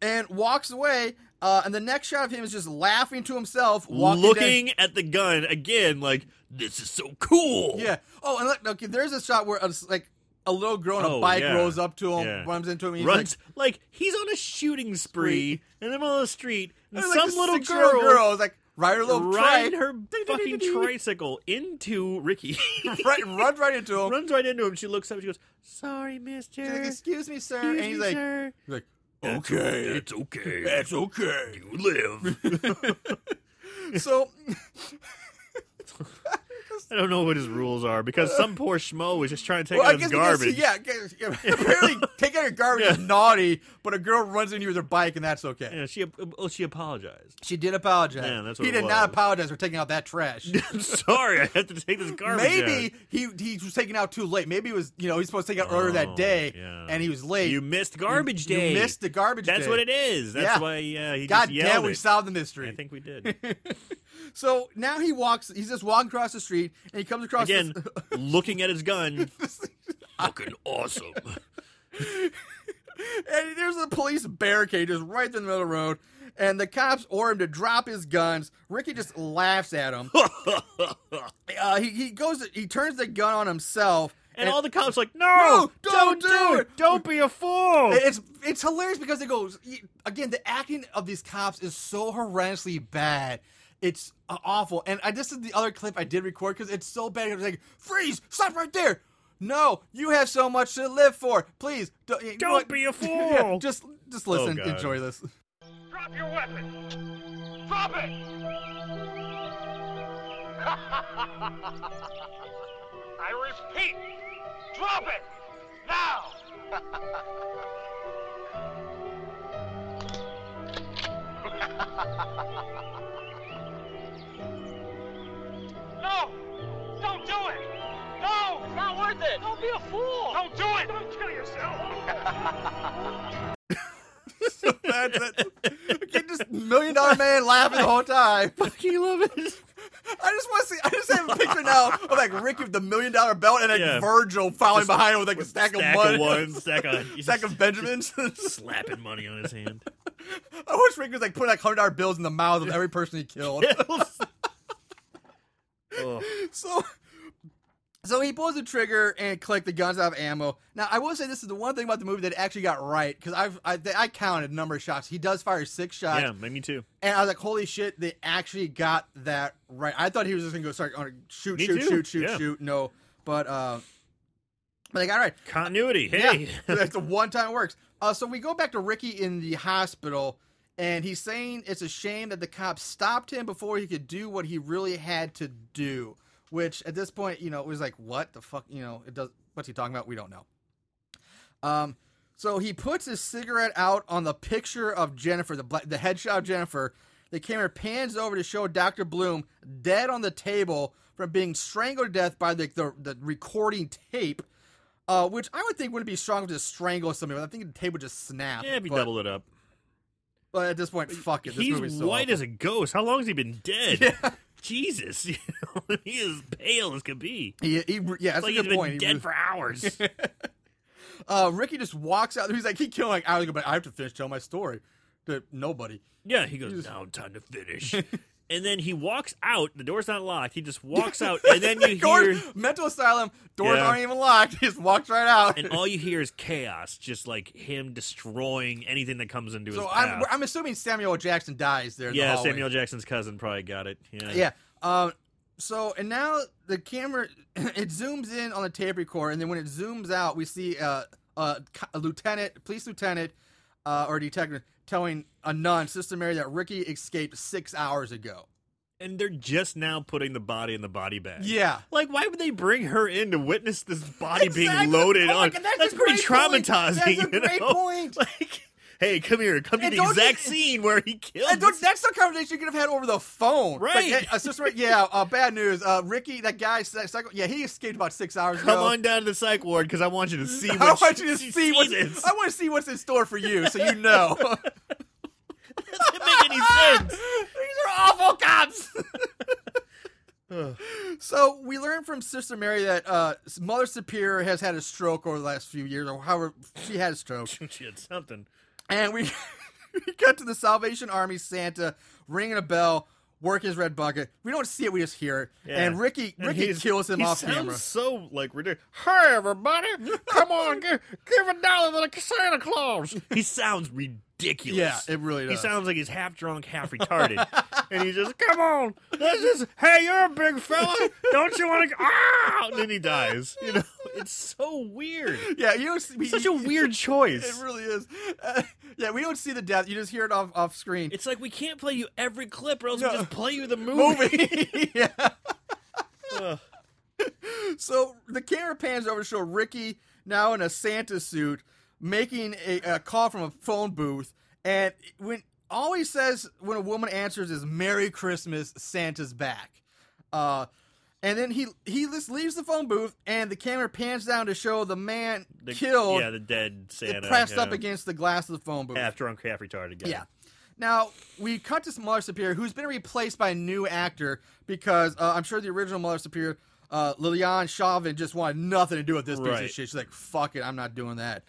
Speaker 2: and walks away. Uh, and the next shot of him is just laughing to himself, walking down-
Speaker 4: Looking at the gun again, like this is so cool.
Speaker 2: Yeah. Oh, and look, okay, there's a shot where it's like a little girl on a
Speaker 4: Oh,
Speaker 2: bike
Speaker 4: yeah.
Speaker 2: rolls up to him,
Speaker 4: Yeah.
Speaker 2: runs into him, and he's
Speaker 4: runs like, he's on a shooting spree in the middle of the street. And
Speaker 2: like, like
Speaker 4: some
Speaker 2: this
Speaker 4: little
Speaker 2: six-year-old
Speaker 4: girl,
Speaker 2: girl is like ride her little
Speaker 4: ride
Speaker 2: trike,
Speaker 4: her fucking tricycle into Ricky.
Speaker 2: right, runs right into him.
Speaker 4: Runs right into him. She looks up. and She goes, "Sorry, Mister."
Speaker 2: She's like, "Excuse me, sir,"
Speaker 4: Excuse
Speaker 2: and he's
Speaker 4: me,
Speaker 2: like,
Speaker 4: sir."
Speaker 2: he's like,
Speaker 4: That's-
Speaker 2: "Okay,
Speaker 4: That's okay. That's okay. You live.
Speaker 2: So
Speaker 4: I don't know what his rules are because some poor schmo was just trying to take
Speaker 2: well, I
Speaker 4: out
Speaker 2: guess
Speaker 4: his
Speaker 2: because-
Speaker 4: garbage.
Speaker 2: yeah, 'cause- yeah, apparently taking out your garbage is
Speaker 4: Yeah.
Speaker 2: naughty, but a girl runs into you with her bike and that's okay.
Speaker 4: Yeah, she oh she apologized.
Speaker 2: She did apologize.
Speaker 4: Yeah, that's what
Speaker 2: he
Speaker 4: it
Speaker 2: did not
Speaker 4: was.
Speaker 2: apologize for taking out that trash.
Speaker 4: I'm sorry, I have to take this garbage.
Speaker 2: Maybe he he was taken out too late. Maybe it was you know he's supposed to take out earlier
Speaker 4: Oh,
Speaker 2: that day
Speaker 4: yeah.
Speaker 2: and he was
Speaker 4: out.
Speaker 2: late.
Speaker 4: you missed garbage
Speaker 2: You-
Speaker 4: day.
Speaker 2: You missed the garbage
Speaker 4: That's
Speaker 2: day.
Speaker 4: what it is. That's
Speaker 2: Yeah.
Speaker 4: why yeah, he
Speaker 2: God
Speaker 4: just yelled
Speaker 2: damn, we
Speaker 4: it.
Speaker 2: solved the
Speaker 4: I
Speaker 2: mystery.
Speaker 4: think we did.
Speaker 2: So now he walks. He's just walking across the street, and he comes across
Speaker 4: Again,
Speaker 2: this-
Speaker 4: looking at his gun. Fucking awesome.
Speaker 2: And there's a police barricade just right there in the middle of the road. And the cops order him to drop his guns. Ricky just laughs at him. uh, he, he goes, he turns the gun on himself.
Speaker 4: And all the cops are like, no,
Speaker 2: No, don't
Speaker 4: don't,
Speaker 2: do
Speaker 4: do
Speaker 2: it.
Speaker 4: it. Don't be a fool.
Speaker 2: it's it's hilarious because it goes again. The acting of these cops is so horrendously bad. It's uh, awful. And I this is the other clip I did record because it's so bad. It was like, freeze, stop right there. No, you have so much to live for. Please don't, you know
Speaker 4: Don't
Speaker 2: what?
Speaker 4: be a
Speaker 2: Yeah,
Speaker 4: fool. Oh,
Speaker 2: just just listen.
Speaker 4: God.
Speaker 2: Enjoy this.
Speaker 1: Drop your weapon! Drop it! I repeat, drop it! Now! no! Don't do it! No! It's not worth it! Don't be a fool! Don't do it! Don't kill yourself!
Speaker 7: That's, that's,
Speaker 2: Get this million dollar man laughing the whole time.
Speaker 4: fucking love it.
Speaker 2: I just want to see. I just have a picture now of like Ricky with the million dollar belt and like
Speaker 4: Yeah.
Speaker 2: Virgil following behind him with like a stack,
Speaker 4: stack
Speaker 2: of one,
Speaker 4: of one, stack of
Speaker 2: stack of Benjamins.
Speaker 4: slapping money on his hand.
Speaker 2: I wish Ricky was like putting like hundred dollar bills in the mouth of every person he killed.
Speaker 4: oh,
Speaker 2: So, so he pulls the trigger and clicked the guns out of ammo. Now, I will say this is the one thing about the movie that actually got right because I've I, I counted the number of shots. He does fire six shots,
Speaker 4: yeah, me too.
Speaker 2: and I was like, "Holy shit!" They actually got that right. I thought he was just gonna go start uh, shoot,
Speaker 4: Me
Speaker 2: shoot,
Speaker 4: too,
Speaker 2: shoot, shoot,
Speaker 4: yeah.
Speaker 2: shoot. No, but uh, but they got it right.
Speaker 4: Continuity.
Speaker 2: Yeah,
Speaker 4: Hey,
Speaker 2: that's the one time it works. Uh, so we go back to Ricky in the hospital, and he's saying it's a shame that the cops stopped him before he could do what he really had to do. Which at this point, you know, it was like, what the fuck? You know, it does. What's he talking about? We don't know. Um, so he puts his cigarette out on the picture of Jennifer, the black, the headshot of Jennifer. The camera pans over to show Dr. Bloom dead on the table from being strangled to death by the, the, the recording tape, uh, which I would think wouldn't be strong enough to strangle somebody. But I think the tape would just snap.
Speaker 4: yeah, if you
Speaker 2: but,
Speaker 4: double it up.
Speaker 2: but at this point, fuck it. This movie's
Speaker 4: He's
Speaker 2: so
Speaker 4: white
Speaker 2: awful.
Speaker 4: as a ghost. How long has he been dead? Jesus, you know, he is pale as could be.
Speaker 2: he, he, yeah, that's
Speaker 4: like
Speaker 2: a
Speaker 4: he's
Speaker 2: good
Speaker 4: been
Speaker 2: point. He
Speaker 4: dead
Speaker 2: was-
Speaker 4: for hours.
Speaker 2: uh, Ricky just walks out. He's like, he killed like hours ago, but I have to finish telling my story to nobody.
Speaker 4: yeah, he goes now. Time to finish. and then he walks out. The door's not locked. He just walks out, and then you
Speaker 2: Door-
Speaker 4: hear,
Speaker 2: mental asylum doors
Speaker 4: Yeah.
Speaker 2: aren't even locked. He just walks right out.
Speaker 4: and all you hear is chaos, just like him destroying anything that comes into
Speaker 2: So
Speaker 4: his
Speaker 2: I'm,
Speaker 4: path.
Speaker 2: I'm assuming Samuel L. Jackson dies there. in the
Speaker 4: yeah,
Speaker 2: hallway.
Speaker 4: Samuel Jackson's cousin probably got it. Yeah,
Speaker 2: Yeah. Um. So and now the camera it zooms in on the tape recorder, and then when it zooms out, we see uh, a, co- a lieutenant, police lieutenant, uh, or detective telling a nun, Sister Mary, that Ricky escaped six hours ago.
Speaker 4: and they're just now putting the body in the body bag.
Speaker 2: Yeah.
Speaker 4: Like, why would they bring her in to witness this body being
Speaker 2: Exactly.
Speaker 4: loaded
Speaker 2: Oh my
Speaker 4: on?
Speaker 2: God, that's a
Speaker 4: pretty
Speaker 2: great point.
Speaker 4: traumatizing.
Speaker 2: That's a
Speaker 4: you
Speaker 2: great
Speaker 4: know?
Speaker 2: point.
Speaker 4: Like, hey, come here. Come to
Speaker 2: And
Speaker 4: the
Speaker 2: don't
Speaker 4: exact
Speaker 2: you-
Speaker 4: scene where he killed.
Speaker 2: And don't-
Speaker 4: this-
Speaker 2: that's the conversation you could have had over the phone, Like,
Speaker 4: Right.
Speaker 2: hey, uh, sister, Mary- yeah. Uh, bad news. Uh, Ricky, that guy, psycho, yeah, he escaped about six hours ago.
Speaker 4: Come on down to the psych ward because I want you to see. What
Speaker 2: I want
Speaker 4: she-
Speaker 2: you to
Speaker 4: she
Speaker 2: see what's
Speaker 4: sees.
Speaker 2: I want to see what's in store for you, so you know.
Speaker 4: Doesn't make any sense.
Speaker 2: These are awful cops. so we learned from Sister Mary that uh, Mother Superior has had a stroke over the last few years, or however she had a stroke,
Speaker 4: she had something.
Speaker 2: and we we cut to the Salvation Army Santa ringing a bell. Working his red bucket. We don't see it, we just hear it.
Speaker 4: Yeah.
Speaker 2: And Ricky
Speaker 4: And
Speaker 2: Ricky
Speaker 4: he's-
Speaker 2: kills him
Speaker 4: he
Speaker 2: off
Speaker 4: sounds
Speaker 2: camera.
Speaker 4: So like ridiculous. Hey everybody, come on, give, give a dollar to the Santa Claus. He sounds ridiculous.
Speaker 2: Yeah, it really
Speaker 4: He
Speaker 2: does.
Speaker 4: sounds like he's half drunk, half retarded, and he just come on. This is hey, you're a big fella. Don't you want to? Ah! And then he dies. You know, it's so weird.
Speaker 2: yeah, you don't see, we,
Speaker 4: Such a weird
Speaker 2: It
Speaker 4: choice.
Speaker 2: really is. Uh, yeah, we don't see the death. You just hear it off off screen.
Speaker 4: It's like we can't play you every clip, or else we
Speaker 2: No.
Speaker 4: just play you the movie.
Speaker 2: movie. yeah.
Speaker 4: Ugh.
Speaker 2: So the camera pans over to show Ricky now in a Santa suit making a, a call from a phone booth, and when all he says when a woman answers is "Merry Christmas, Santa's back," uh, and then he he just leaves the phone booth, and the camera pans down to show the man
Speaker 4: The-
Speaker 2: killed,
Speaker 4: Yeah, the dead Santa.
Speaker 2: pressed up
Speaker 4: yeah.
Speaker 2: against the glass of the phone booth.
Speaker 4: half drunk, half retarded guy.
Speaker 2: Yeah. Now we cut to Muller Superior, who's been replaced by a new actor because uh, I'm sure the original Muller Superior, uh, Lilian Chauvin, just wanted nothing to do with this piece
Speaker 4: Right.
Speaker 2: of shit. She's like, "Fuck it, I'm not doing that."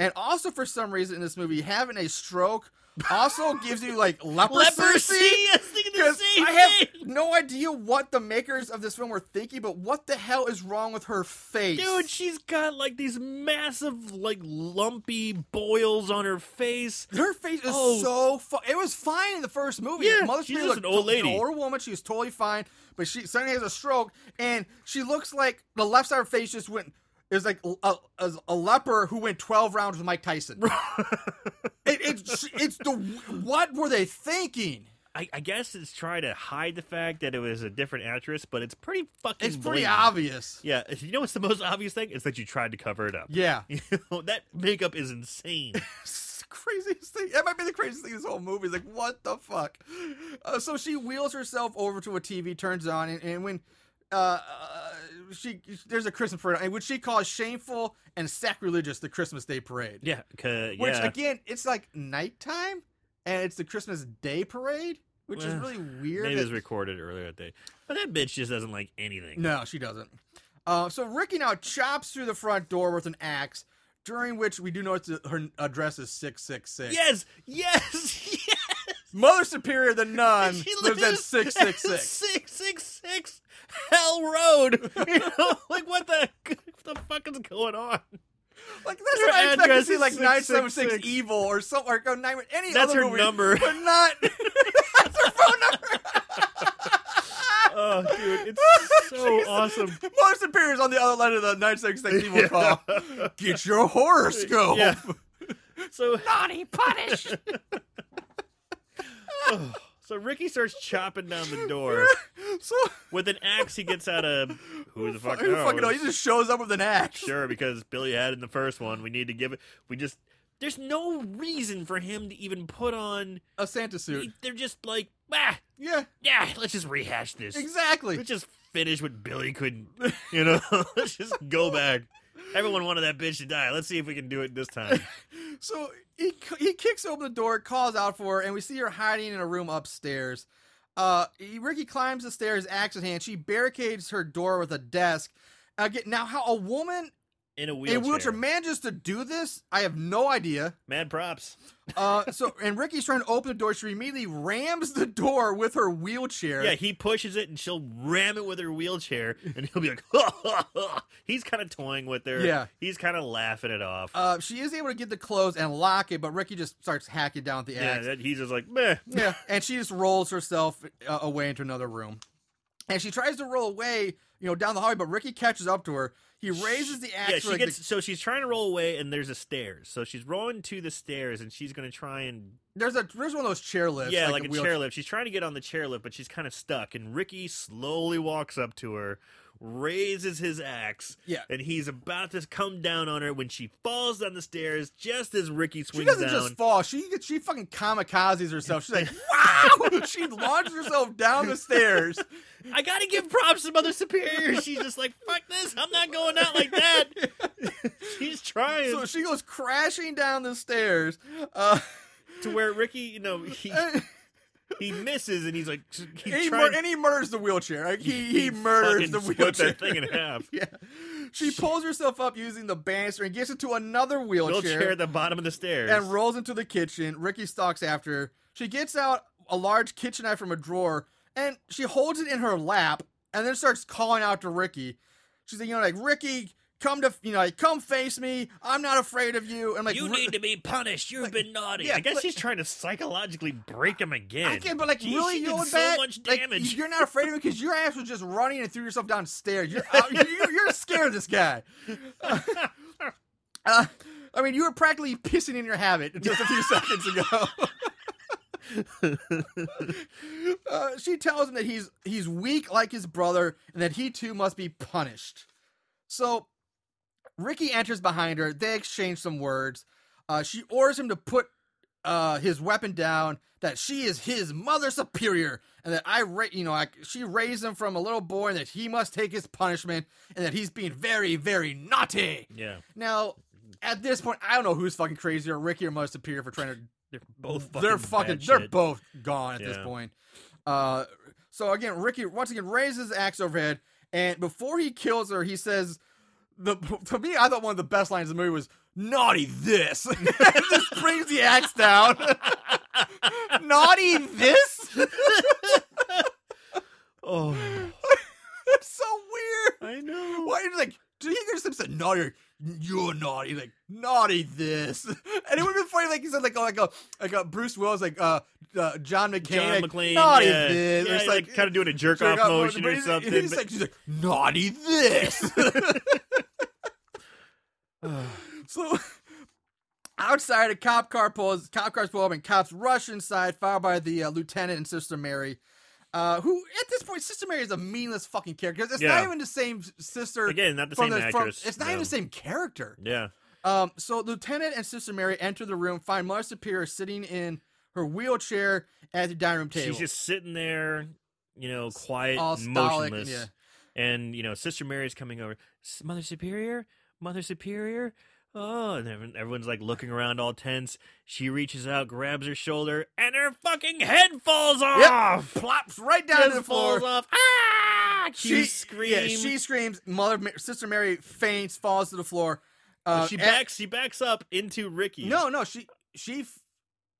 Speaker 2: And also, for some reason, in this movie, having a stroke also gives you like leprosy.
Speaker 4: Leprosy. I was thinking the
Speaker 2: 'Cause
Speaker 4: same
Speaker 2: I have
Speaker 4: thing.
Speaker 2: no idea what the makers of this film were thinking, but what the hell is wrong with her face?
Speaker 4: Dude, she's got like these massive, like lumpy boils on her face.
Speaker 2: Her face is
Speaker 4: Oh.
Speaker 2: so fu- it was fine in the first movie.
Speaker 4: Yeah,
Speaker 2: Mother
Speaker 4: she's
Speaker 2: Superior
Speaker 4: just
Speaker 2: looked
Speaker 4: an old
Speaker 2: to-
Speaker 4: lady.
Speaker 2: older woman. She was totally fine, but she suddenly has a stroke, and she looks like the left side of her face just went. It was like a, a, a leper who went twelve rounds with Mike Tyson. it, it's it's the what were they thinking?
Speaker 4: I, I guess it's trying to hide the fact that it was a different actress, but it's pretty fucking.
Speaker 2: It's pretty
Speaker 4: blatant.
Speaker 2: obvious.
Speaker 4: Yeah, you know what's the most obvious thing? It's that you tried to cover it up.
Speaker 2: Yeah,
Speaker 4: You know, that makeup is insane.
Speaker 2: It's the craziest thing. That might be the craziest thing. This whole movie is like, what the fuck? Uh, so she wheels herself over to a TV, turns it on, and, and when uh, uh, she there's a Christmas parade, and which she calls shameful and sacrilegious, the Christmas Day parade.
Speaker 4: yeah, 'ca-
Speaker 2: Which
Speaker 4: yeah.
Speaker 2: again, it's like nighttime. and it's the Christmas Day parade, which is
Speaker 4: Well,
Speaker 2: really weird.
Speaker 4: Maybe it was
Speaker 2: that-
Speaker 4: recorded earlier that day. But that bitch just doesn't like anything.
Speaker 2: No, she doesn't. Uh, so Ricky now chops through the front door with an axe, during which we do notice that her address is 666.
Speaker 4: Yes, yes, yes.
Speaker 2: Mother Superior the Nun
Speaker 4: She
Speaker 2: lives at 666.
Speaker 4: 666 Hell Road. You know, like what the what the fuck is going on?
Speaker 2: Like, that's
Speaker 4: Her
Speaker 2: what I expect to
Speaker 4: address
Speaker 2: see,
Speaker 4: is
Speaker 2: like, 976
Speaker 4: 666.
Speaker 2: Evil or something, or nine, any
Speaker 4: That's
Speaker 2: other
Speaker 4: her
Speaker 2: movie,
Speaker 4: number.
Speaker 2: But not, that's her phone number.
Speaker 4: Oh, dude, it's so
Speaker 2: Jesus.
Speaker 4: Oh, awesome.
Speaker 2: Mother Superior's on the other line of the 966 Evil call. Get your horoscope.
Speaker 4: Yeah. So
Speaker 2: Naughty punish.
Speaker 4: so Ricky starts chopping down the door
Speaker 2: so,
Speaker 4: with an axe. He gets out of who the fuck?
Speaker 2: who
Speaker 4: knows?
Speaker 2: fucking knows? He just shows up with an axe.
Speaker 4: sure because Billy had it in the first one. We need to give it. We just there's no reason for him to even put on.
Speaker 2: A Santa suit.
Speaker 4: They're just like ah
Speaker 2: Yeah,
Speaker 4: yeah. Let's just rehash this.
Speaker 2: exactly.
Speaker 4: Let's just finish what Billy couldn't. You know. let's just go back. Everyone wanted that bitch to die. Let's see if we can do it this time.
Speaker 2: So he he kicks open the door, calls out for her, and we see her hiding in a room upstairs. Uh, he- Ricky climbs the stairs, axe in hand. She barricades her door with a desk. Again, now how a woman
Speaker 4: In a
Speaker 2: in
Speaker 4: wheelchair.
Speaker 2: a wheelchair manages to do this, I have no idea.
Speaker 4: Mad props.
Speaker 2: Uh, so and Ricky's trying to open the door. She immediately rams the door with her wheelchair.
Speaker 4: Yeah, he pushes it and she'll ram it with her wheelchair, and he'll be like, he's kind of toying with her.
Speaker 2: Yeah.
Speaker 4: he's kind of laughing it off.
Speaker 2: Uh, she is able to get the clothes and lock it, but Ricky just starts hacking down at the
Speaker 4: yeah,
Speaker 2: axe.
Speaker 4: that, he's just like, meh.
Speaker 2: Yeah, and she just rolls herself uh, away into another room. And she tries to roll away, you know, down the hallway, but Ricky catches up to her. He raises the axe.
Speaker 4: Yeah,
Speaker 2: for,
Speaker 4: she
Speaker 2: like,
Speaker 4: gets
Speaker 2: the-
Speaker 4: so she's trying to roll away, and there's a stairs. So she's rolling to the stairs, and she's gonna try and
Speaker 2: there's a there's one of those chair lifts.
Speaker 4: yeah,
Speaker 2: like,
Speaker 4: like, a
Speaker 2: wheel-
Speaker 4: chairlift. She's trying to get on the chairlift, but she's kind of stuck. And Ricky slowly walks up to her, raises his axe,
Speaker 2: Yeah.
Speaker 4: and he's about to come down on her when she falls down the stairs. Just as Ricky
Speaker 2: She
Speaker 4: swings
Speaker 2: doesn't
Speaker 4: down,
Speaker 2: just fall. She gets- she fucking kamikazes herself. She's like, wow! she launches herself down the stairs.
Speaker 4: I gotta give props to Mother Superior. She's just like, fuck this, I'm not going out like that. She's trying
Speaker 2: So she goes crashing down the stairs. Uh,
Speaker 4: to where Ricky, you know, he
Speaker 2: and
Speaker 4: he misses and he's like, he's
Speaker 2: he, mur-
Speaker 4: trying.
Speaker 2: and he murders the wheelchair. Like, he, he, murders
Speaker 4: fucking
Speaker 2: the
Speaker 4: split
Speaker 2: wheelchair.
Speaker 4: that thing in half.
Speaker 2: Yeah. She pulls herself up using the banister and gets into another wheelchair,
Speaker 4: Wheelchair at the bottom of the stairs.
Speaker 2: and rolls into the kitchen. Ricky stalks after her. She gets out a large kitchen knife from a drawer and she holds it in her lap and then starts calling out to Ricky. She's like, you know, like, Ricky, come to, you know, like, come face me. I'm not afraid of you. And like,
Speaker 4: you
Speaker 2: "Ri-
Speaker 4: need to be punished. You've been naughty.
Speaker 2: yeah,
Speaker 4: I guess
Speaker 2: but-
Speaker 4: she's trying to psychologically break him again.
Speaker 2: I can, but like,
Speaker 4: Jeez,
Speaker 2: really,
Speaker 4: she
Speaker 2: you
Speaker 4: did
Speaker 2: know
Speaker 4: so
Speaker 2: that?
Speaker 4: much
Speaker 2: Like,
Speaker 4: damage.
Speaker 2: you're not afraid of it because your ass was just running and threw yourself downstairs. You're out, you're, you're scared of this guy. Uh, I mean, you were practically pissing in your habit just a few seconds ago. uh, she tells him that he's he's weak like his brother, and that he too must be punished. So, Ricky enters behind her. They exchange some words. Uh, she orders him to put uh, his weapon down. That she is his mother superior, and that I, ra- you know, I, she raised him from a little boy, and that he must take his punishment, and that he's being very, very naughty.
Speaker 4: yeah,
Speaker 2: Now, at this point, I don't know who's fucking crazy or Ricky or Mother Superior for trying to.
Speaker 4: they're both fucking.
Speaker 2: they're fucking.
Speaker 4: bad
Speaker 2: They're
Speaker 4: shit.
Speaker 2: both gone at this
Speaker 4: Yeah.
Speaker 2: point. Uh, so again, Ricky once again raises the axe overhead, and before he kills her, he says, "The to me, I thought one of the best lines of the movie was." Naughty this. this brings the axe down. Naughty this?
Speaker 4: Oh,
Speaker 2: That's so weird.
Speaker 4: I know.
Speaker 2: Why you like? Did he just said naughty? You're naughty, like naughty this, and it would have been funny like he said like oh, like a like a Bruce Willis like uh, uh John McCain
Speaker 4: John
Speaker 2: like,
Speaker 4: McClane,
Speaker 2: naughty
Speaker 4: yeah.
Speaker 2: this,
Speaker 4: Yeah,
Speaker 2: or it's
Speaker 4: he's, like, kind of doing a jerk,
Speaker 2: jerk
Speaker 4: off, motion
Speaker 2: but
Speaker 4: or
Speaker 2: he's-
Speaker 4: something.
Speaker 2: He's
Speaker 4: but-
Speaker 2: like he's like naughty this. so outside, a cop car pulls. Cop cars pull up, and cops rush inside, followed by the uh, lieutenant and Sister Mary. Uh, who at this point, Sister Mary is a meaningless fucking character. 'cause It's not
Speaker 4: Yeah.
Speaker 2: even the same sister.
Speaker 4: Again, not the
Speaker 2: from
Speaker 4: same
Speaker 2: from-
Speaker 4: actress,
Speaker 2: it's not even
Speaker 4: no.
Speaker 2: the same character.
Speaker 4: yeah,
Speaker 2: Um, so Lieutenant and Sister Mary enter the room, find Mother Superior sitting in her wheelchair at the dining room table.
Speaker 4: she's just sitting there, you know, quiet,
Speaker 2: all
Speaker 4: and
Speaker 2: stolid,
Speaker 4: motionless.
Speaker 2: yeah.
Speaker 4: And you know, Sister Mary's coming over. "S- Mother Superior, Mother Superior, Oh, and everyone- everyone's like looking around all tense. She reaches out, grabs her shoulder, and her fucking head falls off.
Speaker 2: plops right down to
Speaker 4: Just
Speaker 2: the floor.
Speaker 4: falls off. Ah! She, screams.
Speaker 2: Yeah, she screams. Mother, Ma- sister Mary faints, falls to the floor. Uh,
Speaker 4: she
Speaker 2: and-
Speaker 4: backs. She backs up into Ricky.
Speaker 2: No, no, she she f-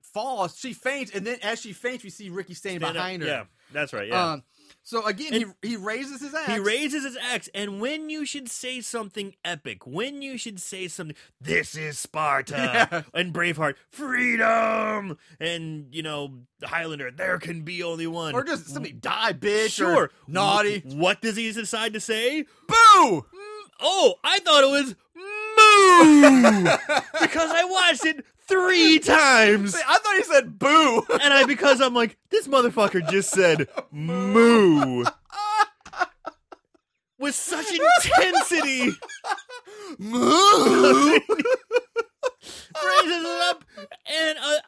Speaker 2: falls. She faints, and then as she faints, we see Ricky standing
Speaker 4: Stand up.
Speaker 2: behind her.
Speaker 4: Yeah, that's right. Yeah.
Speaker 2: Um, so again, he he raises his axe.
Speaker 4: He raises his axe, and when you should say something epic, when you should say something, this is Sparta,
Speaker 2: Yeah.
Speaker 4: and Braveheart, freedom, and you know Highlander, there can be only one.
Speaker 2: or just somebody die, bitch.
Speaker 4: sure,
Speaker 2: or naughty.
Speaker 4: Wh- What does he decide to say?
Speaker 2: Boo!
Speaker 4: Oh, I thought it was moo because I watched it three times.
Speaker 2: I thought he said boo.
Speaker 4: And I because I'm like this motherfucker just said moo with such intensity.
Speaker 2: Moo.
Speaker 4: raises it up, and uh,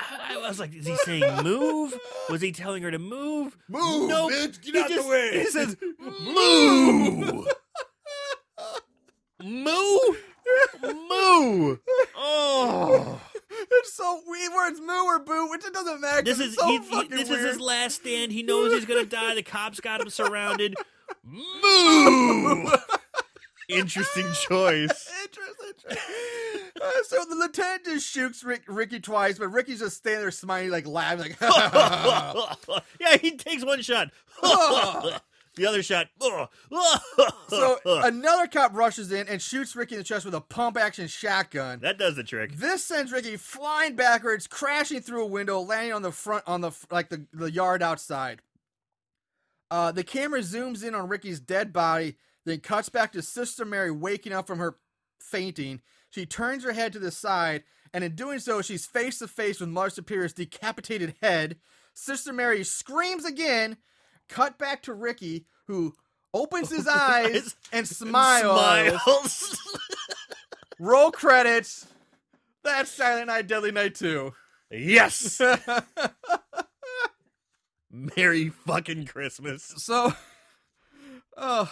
Speaker 4: I, I was like, "Is he saying move? Was he telling her to move?
Speaker 2: Move,
Speaker 4: Nope.
Speaker 2: bitch, get
Speaker 4: He
Speaker 2: out the
Speaker 4: just-
Speaker 2: way.
Speaker 4: He says moo, moo, moo. Oh,
Speaker 2: it's so weird. Where it's moo or boo, which it doesn't matter. 'cause
Speaker 4: this
Speaker 2: it's
Speaker 4: is
Speaker 2: so
Speaker 4: he, he-
Speaker 2: fucking
Speaker 4: this
Speaker 2: weird.
Speaker 4: is his last stand. He knows he's gonna die. The cops got him surrounded.
Speaker 2: Moo.
Speaker 4: Interesting choice.
Speaker 2: Interesting. Uh, so the lieutenant just shoots Rick, Ricky twice, but Ricky's just standing there smiling, like laughing, like.
Speaker 4: yeah, he takes one shot. the other shot.
Speaker 2: so another cop rushes in and shoots Ricky in the chest with a pump-action shotgun.
Speaker 4: that does the trick.
Speaker 2: This sends Ricky flying backwards, crashing through a window, landing on the front on the like the, the yard outside. Uh, the camera zooms in on Ricky's dead body, then cuts back to Sister Mary waking up from her fainting. She turns her head to the side, and in doing so, she's face to face with Mother Superior's decapitated head. Sister Mary screams again. Cut back to Ricky, who opens his eyes and smiles.
Speaker 4: Smiles.
Speaker 2: Roll credits. That's Silent Night, Deadly Night 2.
Speaker 4: yes. Merry fucking Christmas.
Speaker 2: So, uh,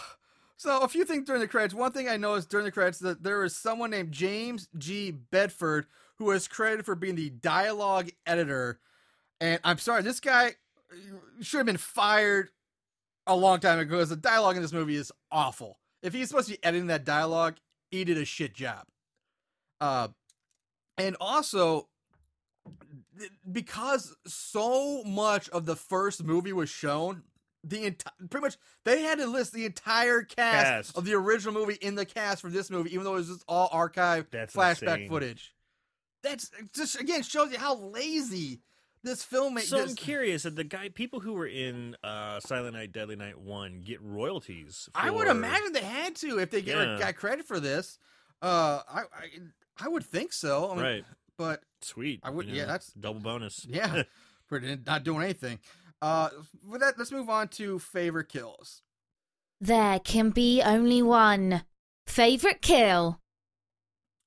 Speaker 2: so a few things during the credits. One thing I noticed during the credits that there is someone named James G. Bedford who was credited for being the dialogue editor. And I'm sorry, this guy should have been fired a long time ago because the dialogue in this movie is awful. If he's supposed to be editing that dialogue, he did a shit job. Uh, and also, th- because so much of the first movie was shown, the entire pretty much they had to list the entire cast,
Speaker 4: Cast.
Speaker 2: of the original movie in the cast for this movie, even though it was just all archive
Speaker 4: That's
Speaker 2: flashback
Speaker 4: insane.
Speaker 2: footage. That's just again shows you how lazy this film
Speaker 4: So I'm
Speaker 2: this-
Speaker 4: curious that the guy, people who were in uh, Silent Night, Deadly Night One, get royalties.
Speaker 2: I would
Speaker 4: for-
Speaker 2: imagine they had to if they get,
Speaker 4: Yeah.
Speaker 2: got credit for this. Uh, I, I I would think so. I mean,
Speaker 4: Right.
Speaker 2: But
Speaker 4: Sweet.
Speaker 2: I would-
Speaker 4: you know,
Speaker 2: yeah, that's-
Speaker 4: double bonus.
Speaker 2: yeah, for not doing anything. Uh, with that, let's move on to favorite kills.
Speaker 3: There can be only one. Favorite kill.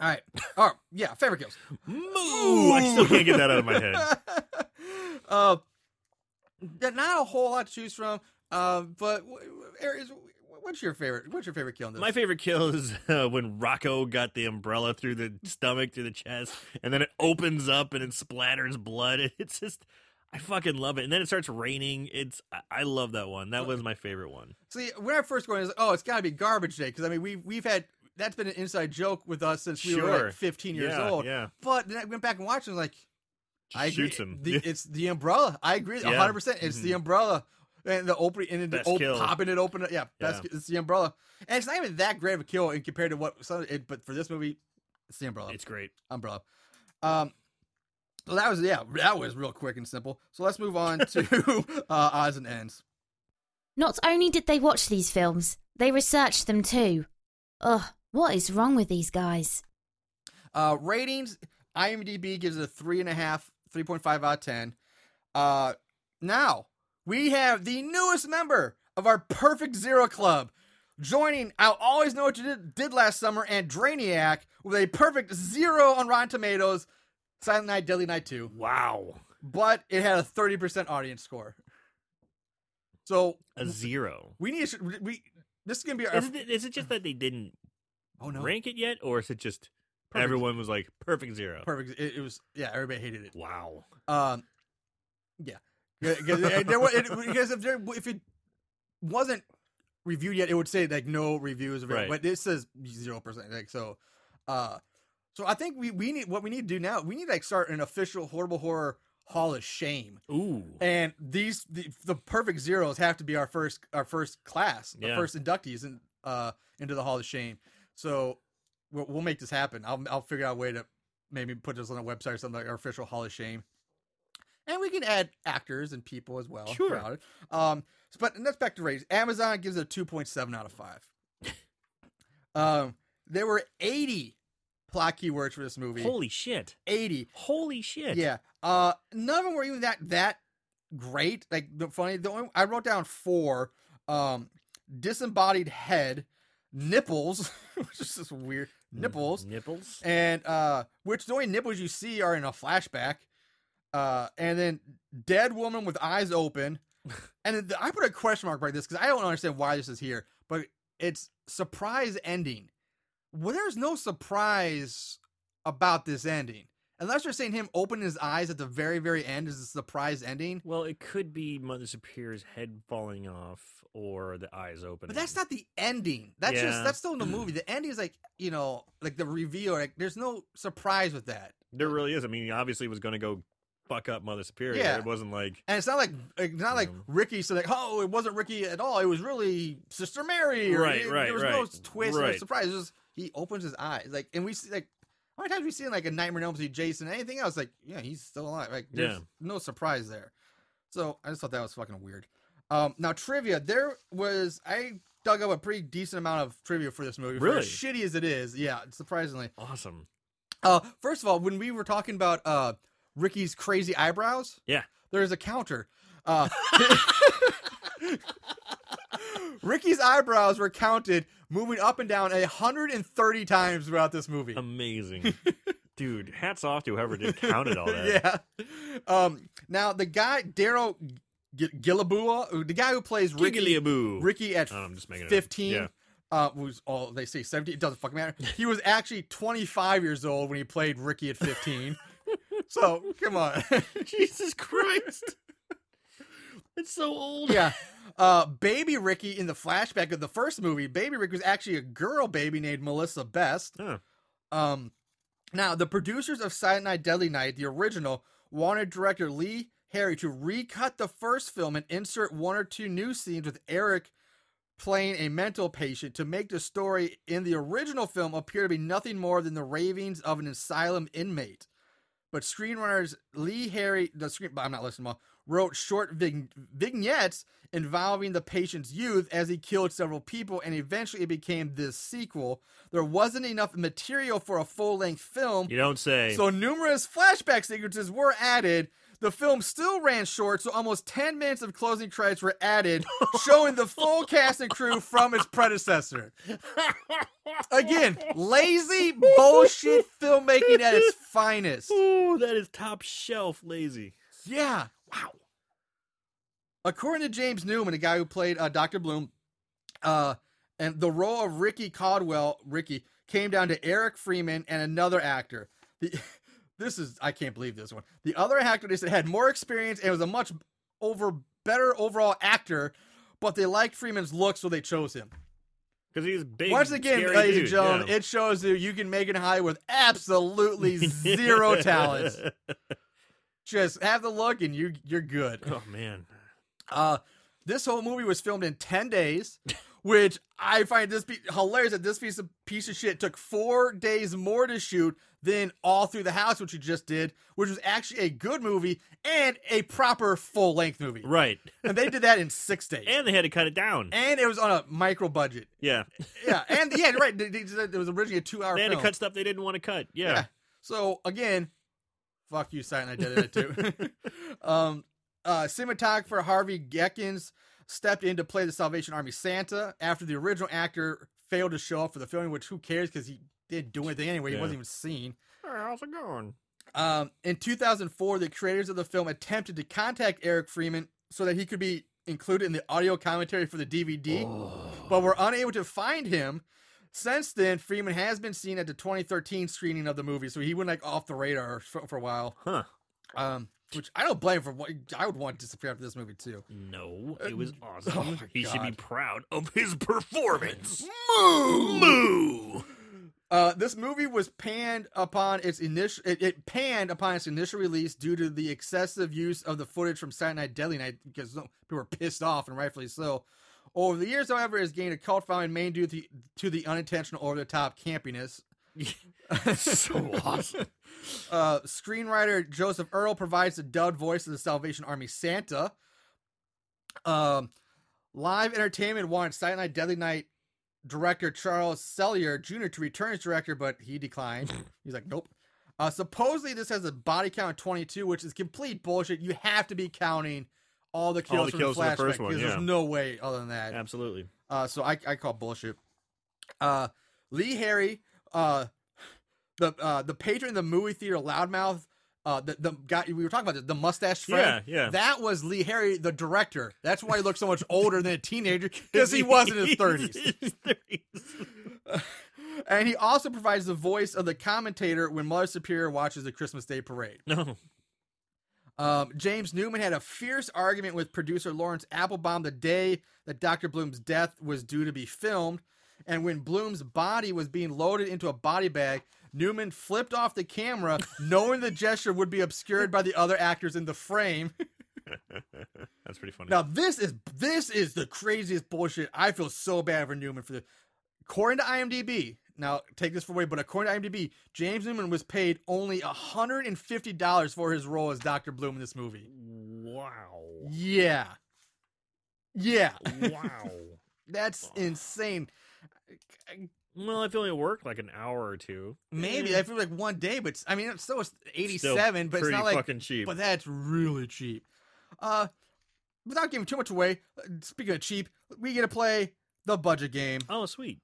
Speaker 2: All right. Oh yeah, favorite kills.
Speaker 4: Moo! I still can't get that out of my head.
Speaker 2: uh, yeah, not a whole lot to choose from. Uh, but wh- wh- Aries, wh- what's your favorite? What's your favorite kill in this?
Speaker 4: My favorite kill is uh, when Rocco got the umbrella through the stomach, through the chest, and then it opens up and it splatters blood. It's just, I fucking love it. And then it starts raining. It's, I, I love that one. That was my favorite one.
Speaker 2: See, when I first go in, it's like, oh, it's got to be garbage day because I mean we we've had that's been an inside joke with us since we were
Speaker 4: Sure.
Speaker 2: like 15 years
Speaker 4: Yeah,
Speaker 2: old.
Speaker 4: yeah.
Speaker 2: But then I went back and watched and was like, I agree.
Speaker 4: Shoots him.
Speaker 2: The- it's the umbrella. I agree,
Speaker 4: Yeah. Mm-hmm.
Speaker 2: 100. percent It's the umbrella and the opening and then
Speaker 4: Best
Speaker 2: the op-
Speaker 4: kill.
Speaker 2: popping it open. Yeah, best.
Speaker 4: Yeah.
Speaker 2: It's the umbrella, and it's not even that great of a kill in compared to what some. It, but for this movie, it's the umbrella.
Speaker 4: It's great.
Speaker 2: umbrella. Um. So that was yeah, that was real quick and simple. So let's move on to uh, odds and ends.
Speaker 3: Not only did they watch these films, they researched them too. Ugh, what is wrong with these guys?
Speaker 2: Uh, ratings: IMDb gives it a three and a half, 3.5 out of ten. Uh, now we have the newest member of our Perfect Zero Club joining. I'll always know what you did, did last summer and Drainiac with a perfect zero on Rotten Tomatoes. Silent Night, Deadly Night Two,
Speaker 4: Wow.
Speaker 2: but it had a 30% audience score. So
Speaker 4: A zero.
Speaker 2: we need to we. This is gonna be our.
Speaker 4: Is it, is it just that they didn't
Speaker 2: Oh no!
Speaker 4: rank it yet, or is it just
Speaker 2: Perfect.
Speaker 4: Everyone was like, perfect zero.
Speaker 2: perfect. It, it was yeah. Everybody hated it.
Speaker 4: Wow.
Speaker 2: Um, yeah, uh, because if there, if it wasn't reviewed yet, it would say like no reviews available.
Speaker 4: Right.
Speaker 2: But this says zero percent. Like so, uh, so I think we we need what we need to do now. We need to like start an official horrible horror hall of shame.
Speaker 4: Ooh.
Speaker 2: And these the, the perfect zeros have to be our first our first class, the
Speaker 4: Yeah.
Speaker 2: first inductees in, uh, into the Hall of Shame. So we'll, we'll make this happen. I'll I'll figure out a way to maybe put this on a website or something like our official Hall of Shame, and we can add actors and people as well.
Speaker 4: Sure.
Speaker 2: throughout it. Um. so- but and that's back to ratings. Amazon gives it a two point seven out of five. um. There were eighty plot keywords for this movie.
Speaker 4: Holy shit.
Speaker 2: eighty.
Speaker 4: Holy shit.
Speaker 2: Yeah. Uh, none of them were even that that great. Like the funny, the only I wrote down four. Um, disembodied head, nipples, which is just weird. Nipples,
Speaker 4: Nipples.
Speaker 2: and uh, which the only nipples you see are in a flashback. Uh, and then dead woman with eyes open, and then the- I put a question mark by this because I don't understand why this is here, but it's surprise ending. Well, there's no surprise about this ending, unless you're saying him opening his eyes at the very, very end is a surprise ending.
Speaker 4: Well, it could be Mother Superior's head falling off or the eyes opening.
Speaker 2: But that's not the ending. That's just
Speaker 4: Yeah.
Speaker 2: that's still in the movie. The ending is like you know, like the reveal. Like there's no surprise with that.
Speaker 4: There really is. I mean, he obviously was going to go fuck up Mother Superior.
Speaker 2: Yeah.
Speaker 4: It wasn't like.
Speaker 2: And it's not like, like not like
Speaker 4: Mhm.
Speaker 2: Ricky said like, oh, it wasn't Ricky at all. It was really Sister Mary. Or,
Speaker 4: Right,
Speaker 2: it-
Speaker 4: right,
Speaker 2: There was no
Speaker 4: right,
Speaker 2: twist, no
Speaker 4: right.
Speaker 2: surprise. It was just, he opens his eyes, like, and we see like how many times we see in, like a Nightmare on Elm Street, Jason, anything else, like, yeah, he's still alive. Like, there's
Speaker 4: Yeah.
Speaker 2: no surprise there. So I just thought that was fucking weird. Um, now trivia, there was I dug up a pretty decent amount of trivia for this movie. For
Speaker 4: Really?
Speaker 2: as shitty as it is, yeah, surprisingly.
Speaker 4: Awesome.
Speaker 2: Uh, first of all, when we were talking about uh Ricky's crazy eyebrows,
Speaker 4: Yeah.
Speaker 2: there's a counter. Uh, Ricky's eyebrows were counted moving up and down 130 times throughout this movie.
Speaker 4: Amazing. Dude, hats off to whoever did counted all that.
Speaker 2: yeah. Um, now the guy Daryl G- Gillabua, the guy who plays Ricky,
Speaker 4: Gigglyaboo.
Speaker 2: Ricky at
Speaker 4: I don't know, Oh, I'm just making it up.
Speaker 2: 15.
Speaker 4: Yeah.
Speaker 2: Uh, was all they say 70 it doesn't fucking matter he was actually 25 years old when he played ricky at 15 so come on
Speaker 4: Jesus Christ. it's so old.
Speaker 2: yeah uh baby ricky in the flashback of the first movie baby ricky was actually a girl baby named melissa best
Speaker 4: Huh.
Speaker 2: um now the producers of silent night deadly night the original wanted director lee harry to recut the first film and insert one or two new scenes with eric playing a mental patient to make the story in the original film appear to be nothing more than the ravings of an asylum inmate but screenwriters Lee Harry, the screen, I'm not listening to them all, wrote short vig- vignettes involving the patient's youth as he killed several people, and eventually it became this sequel. There wasn't enough material for a full length film,
Speaker 4: You don't say.
Speaker 2: so numerous flashback sequences were added. The film still ran short, so almost 10 minutes of closing credits were added, showing the full cast and crew from its predecessor. Again, lazy bullshit filmmaking at its finest.
Speaker 4: Ooh, that is top shelf lazy.
Speaker 2: Yeah. Wow. According to James Newman, the guy who played uh, Dr. Bloom, uh, and the role of Ricky Caldwell, Ricky, came down to Eric Freeman and another actor. The, this is, I can't believe this one. The other actor, they said, had more experience and was a much over better overall actor, but they liked Freeman's look, so they chose him.
Speaker 4: Because he's big.
Speaker 2: Once again,
Speaker 4: scary
Speaker 2: ladies
Speaker 4: dude.
Speaker 2: and gentlemen,
Speaker 4: yeah.
Speaker 2: it shows you you can make it high with absolutely zero talent. Just have the look and you you're good.
Speaker 4: Oh, man.
Speaker 2: Uh, this whole movie was filmed in ten days, which I find this be- hilarious that this piece of piece of shit took four days more to shoot than all through the house, which you just did, which was actually a good movie and a proper full length movie.
Speaker 4: Right.
Speaker 2: And they did that in six days, and,
Speaker 4: And they had to cut it down.
Speaker 2: it was on a micro budget.
Speaker 4: yeah.
Speaker 2: Yeah, and yeah, right. They, they said it was originally a two hour.
Speaker 4: They had to
Speaker 2: film.
Speaker 4: cut stuff they didn't want to cut. Yeah.
Speaker 2: Yeah. So again, fuck you, Silent Night Deadly Night too. um, uh, cinematographer Harvey Gekins stepped in to play the Salvation Army Santa after the original actor failed to show up for the filming, which who cares because he didn't do anything anyway. He
Speaker 4: Yeah.
Speaker 2: wasn't even seen.
Speaker 4: Hey, how's it going?
Speaker 2: Um, in 2004, the creators of the film attempted to contact Eric Freeman so that he could be included in the audio commentary for the DVD, but were unable to find him. Since then, Freeman has been seen at the 2013 screening of the movie, so he went like off the radar for, for a while.
Speaker 4: Huh.
Speaker 2: Um, which I don't blame him for what I would want to disappear after this movie too.
Speaker 4: No, it was awesome.
Speaker 2: oh my
Speaker 4: he should be
Speaker 2: God.
Speaker 4: proud of his performance.
Speaker 2: Moo!
Speaker 4: Moo!
Speaker 2: Uh, this movie was panned upon its initial. It, it panned upon its initial release due to the excessive use of the footage from Saturday Night Deadly Night because some people were pissed off and rightfully so. Over the years, however, it has gained a cult following mainly due to the, to the unintentional over-the-top campiness.
Speaker 4: so awesome.
Speaker 2: Uh, screenwriter Joseph Earl provides the dubbed voice of the Salvation Army Santa. Um, live entertainment wanted Saturday Night Deadly Night director Charles Sellier Jr. to return as director, but he declined. He's like, nope. Uh, supposedly, this has a body count of 22, which is complete bullshit. You have to be counting all the kills,
Speaker 4: the
Speaker 2: from
Speaker 4: kills
Speaker 2: the
Speaker 4: in the
Speaker 2: flashback
Speaker 4: first one,
Speaker 2: because
Speaker 4: yeah.
Speaker 2: there's no way other than that.
Speaker 4: Absolutely.
Speaker 2: Uh, so I, I call bullshit. Uh, Lee Harry, uh, the uh, the patron of the movie theater loudmouth, uh, the the guy we were talking about this, the mustache friend.
Speaker 4: Yeah, yeah.
Speaker 2: That was Lee Harry, the director. That's why he looked so much older than a teenager because he was in his thirties.
Speaker 4: His 30s.
Speaker 2: and he also provides the voice of the commentator when Mother Superior watches the Christmas Day parade.
Speaker 4: No.
Speaker 2: Um, James Newman had a fierce argument with producer Lawrence Applebaum the day that Dr. Bloom's death was due to be filmed. And when Bloom's body was being loaded into a body bag, Newman flipped off the camera, knowing the gesture would be obscured by the other actors in the frame.
Speaker 4: That's pretty funny.
Speaker 2: Now this is this is the craziest bullshit. I feel so bad for Newman for this. According to IMDb, now take this for away, but according to IMDb, James Newman was paid only hundred and fifty dollars for his role as Dr. Bloom in this movie.
Speaker 4: Wow.
Speaker 2: Yeah. Yeah.
Speaker 4: Wow.
Speaker 2: That's insane.
Speaker 4: well, if it only worked like an hour or two,
Speaker 2: Maybe I feel like one day, but it's- I mean, it's still
Speaker 4: Mm. still
Speaker 2: 87, but it's
Speaker 4: pretty
Speaker 2: not like,
Speaker 4: fucking cheap.
Speaker 2: but that's really cheap. Uh, without giving too much away, uh, speaking of cheap, we get to play the budget game.
Speaker 4: oh, sweet.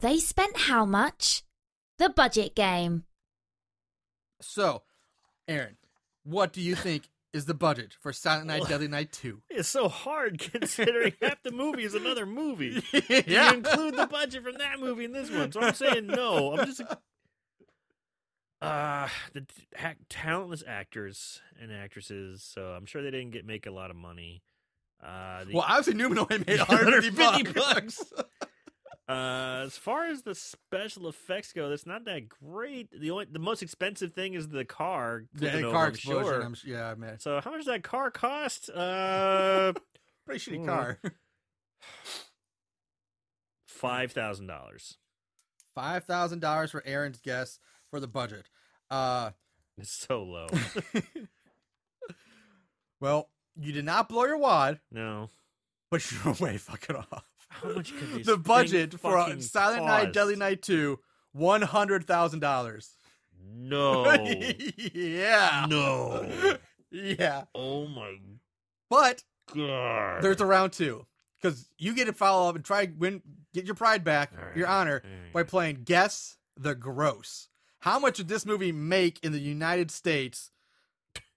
Speaker 7: They spent how much? The budget game.
Speaker 2: So, Aaron, what do you think is the budget for Silent Night, Deadly Night 2?
Speaker 4: It's so hard considering half the movie is another movie.
Speaker 2: Yeah.
Speaker 4: You include the budget from that movie in this one. So I'm saying no. I'm just. Uh, the t- ha- talentless actors and actresses, so I'm sure they didn't get make a lot of money. Uh, the,
Speaker 2: Well, obviously Newman only made 150
Speaker 4: 150
Speaker 2: bucks.
Speaker 4: uh, as far as the special effects go, that's not that great. The only the most expensive thing is the car.
Speaker 2: yeah,
Speaker 4: flipping over,
Speaker 2: car
Speaker 4: I'm
Speaker 2: explosion.
Speaker 4: sure.
Speaker 2: I'm, su- yeah, man.
Speaker 4: So how much did that car cost? Uh,
Speaker 2: Pretty
Speaker 4: Mm.
Speaker 2: shitty car.
Speaker 4: five thousand dollars.
Speaker 2: five thousand dollars for Aaron's guess for the budget. Uh,
Speaker 4: It's so low.
Speaker 2: well, you did not blow your wad,
Speaker 4: no.
Speaker 2: but you're way fucking off.
Speaker 4: How much could this
Speaker 2: the
Speaker 4: thing
Speaker 2: budget for uh,
Speaker 4: fucking
Speaker 2: Silent Night,
Speaker 4: cost?
Speaker 2: Deadly Night Two, one hundred thousand dollars.
Speaker 4: No.
Speaker 2: yeah,
Speaker 4: Oh. no.
Speaker 2: yeah.
Speaker 4: Oh my
Speaker 2: But
Speaker 4: god.
Speaker 2: there's a round two because you get to follow up and try win, get your pride back,
Speaker 4: All right,
Speaker 2: your honor,
Speaker 4: all right.
Speaker 2: by playing guess the gross. How much did this movie make in the United States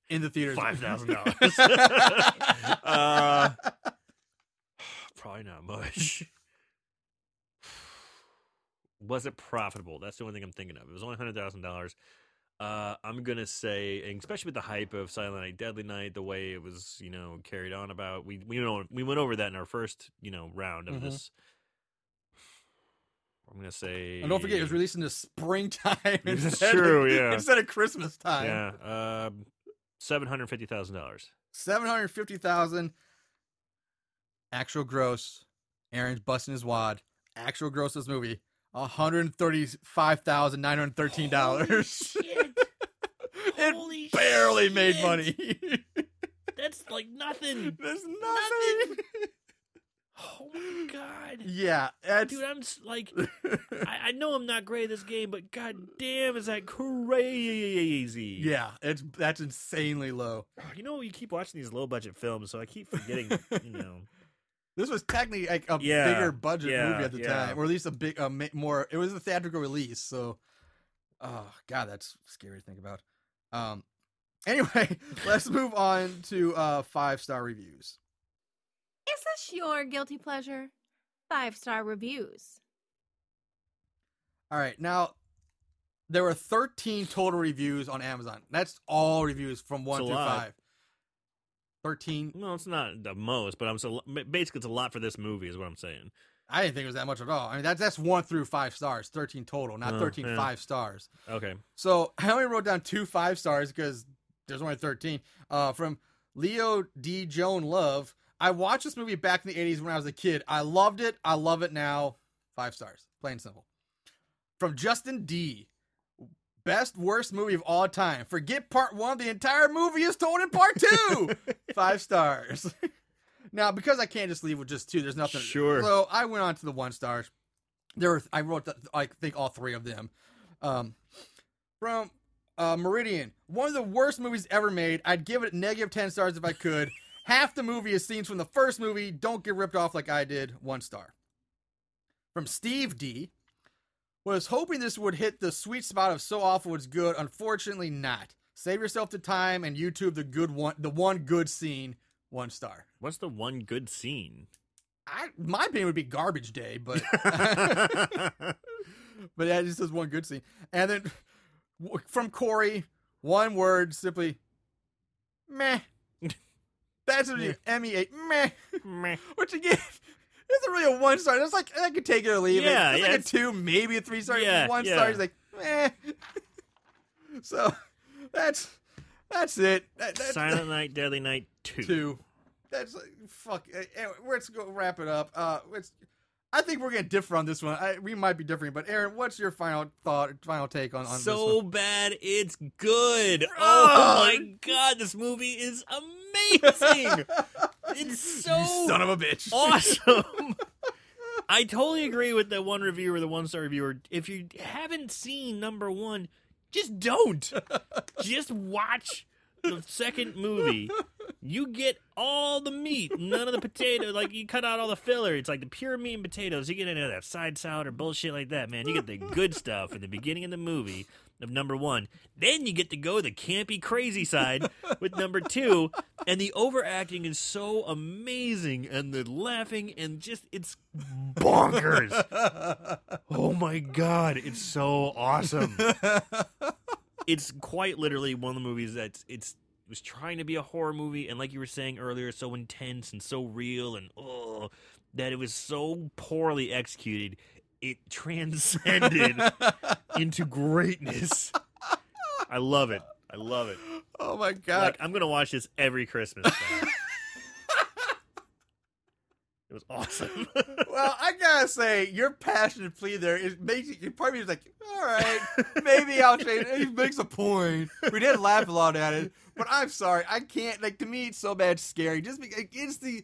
Speaker 2: in the theaters?
Speaker 4: five thousand dollars. uh, probably not much. Was it profitable? That's the only thing I'm thinking of. It was only hundred thousand dollars. Uh, I'm gonna say, and especially with the hype of Silent Night, Deadly Night, the way it was, you know, carried on about. We we know we went over that in our first, you know, round of
Speaker 2: Mhm.
Speaker 4: this. I'm gonna say,
Speaker 2: And don't forget, it was released in the springtime
Speaker 4: It's
Speaker 2: instead,
Speaker 4: true,
Speaker 2: of,
Speaker 4: yeah.
Speaker 2: instead of Christmas time.
Speaker 4: yeah, um, seven hundred fifty thousand dollars.
Speaker 2: Seven hundred fifty thousand actual gross. Aaron's busting his wad. Actual gross of this movie one hundred thirty-five thousand nine hundred thirteen dollars. it
Speaker 4: Holy
Speaker 2: barely made
Speaker 4: shit.
Speaker 2: money.
Speaker 4: That's like nothing.
Speaker 2: There's nothing.
Speaker 4: Oh my god.
Speaker 2: yeah, that's
Speaker 4: Dude, I'm s- like, I, I know I'm not great at this game, but god damn, is that crazy?
Speaker 2: yeah, it's that's insanely low.
Speaker 4: You know, you keep watching these low budget films, so I keep forgetting, you know.
Speaker 2: This was technically like a
Speaker 4: Yeah,
Speaker 2: bigger budget
Speaker 4: yeah,
Speaker 2: movie at the
Speaker 4: yeah.
Speaker 2: time, or at least a big, a ma- more. It was a theatrical release, so oh god, that's scary to think about. Um, anyway, let's move on to uh five star reviews.
Speaker 8: Is this your guilty pleasure? Five star reviews.
Speaker 2: All right, now there were 13 total reviews on Amazon. That's all reviews from one
Speaker 4: It's a
Speaker 2: through
Speaker 4: lot.
Speaker 2: five. 13.
Speaker 4: No, it's not the most, but I'm so basically it's a lot for this movie, is what I'm saying.
Speaker 2: I didn't think it was that much at all. I mean, that's that's one through five stars. 13 total, not
Speaker 4: Oh,
Speaker 2: 13
Speaker 4: yeah.
Speaker 2: five stars.
Speaker 4: Okay,
Speaker 2: So I only wrote down two five stars because there's only 13. Uh, from Leo D. Joan Love. I watched this movie back in the 80s when I was a kid. I loved it. I love it now. Five stars. Plain and simple. From Justin D. Best worst movie of all time. Forget part one. The entire movie is told in part two. Five stars. now, because I can't just leave with just two, there's nothing.
Speaker 4: Sure.
Speaker 2: So I went on to the one stars. There were, I wrote, the, I think, all three of them. Um, from uh, Meridian. One of the worst movies ever made. I'd give it negative 10 stars if I could. Half the movie is scenes from the first movie. Don't get ripped off like I did. One star. From Steve D. Was hoping this would hit the sweet spot of so awful it's good. Unfortunately, not. Save yourself the time and YouTube the good one, the one good scene. One star.
Speaker 4: what's the one good scene?
Speaker 2: I, my opinion would be Garbage Day, but but that just is one good scene. And then w- from Corey, one word simply meh. That's what you M E A meh.
Speaker 4: Meh.
Speaker 2: Which again isn't really a one star. That's like I could take it or leave
Speaker 4: Yeah,
Speaker 2: it. It's
Speaker 4: yeah,
Speaker 2: like a
Speaker 4: it's-
Speaker 2: two, maybe a three star.
Speaker 4: Yeah,
Speaker 2: one
Speaker 4: yeah.
Speaker 2: star is like meh. so that's that's it. That, that's
Speaker 4: Silent Night, Deadly Night two.
Speaker 2: two. That's like, fuck. uh, Anyway, let's go wrap it up. Uh, it's, I think we're gonna differ on this one. I, we might be differing, but Aaron, what's your final thought, final take on, on this
Speaker 4: So
Speaker 2: one?
Speaker 4: bad, it's good. Oh my god, this movie is amazing. it's so
Speaker 2: Son of a bitch.
Speaker 4: awesome. I totally agree with the one reviewer, the one star reviewer. If you haven't seen number one, just don't. just watch the second movie. You get all the meat, none of the potato. Like you cut out all the filler. It's like the pure meat and potatoes. You get any of that side salad or bullshit like that, man. You get the good stuff in the beginning of the movie of number one. Then you get to go the campy crazy side with number two. And the overacting is so amazing and the laughing and just it's bonkers. oh my god, it's so awesome. it's quite literally one of the movies that's it's it was trying to be a horror movie and like you were saying earlier, so intense and so real and oh that it was so poorly executed. It transcended into greatness. I love it. I love it.
Speaker 2: oh my god.
Speaker 4: Like I'm gonna watch this every Christmas. man. it was awesome.
Speaker 2: well, I gotta say, your passionate plea there is makes you part of me is like, all right, maybe I'll change. He makes a point. We did laugh a lot at it, but I'm sorry, I can't. Like to me, it's so bad, it's scary. Just because it's the,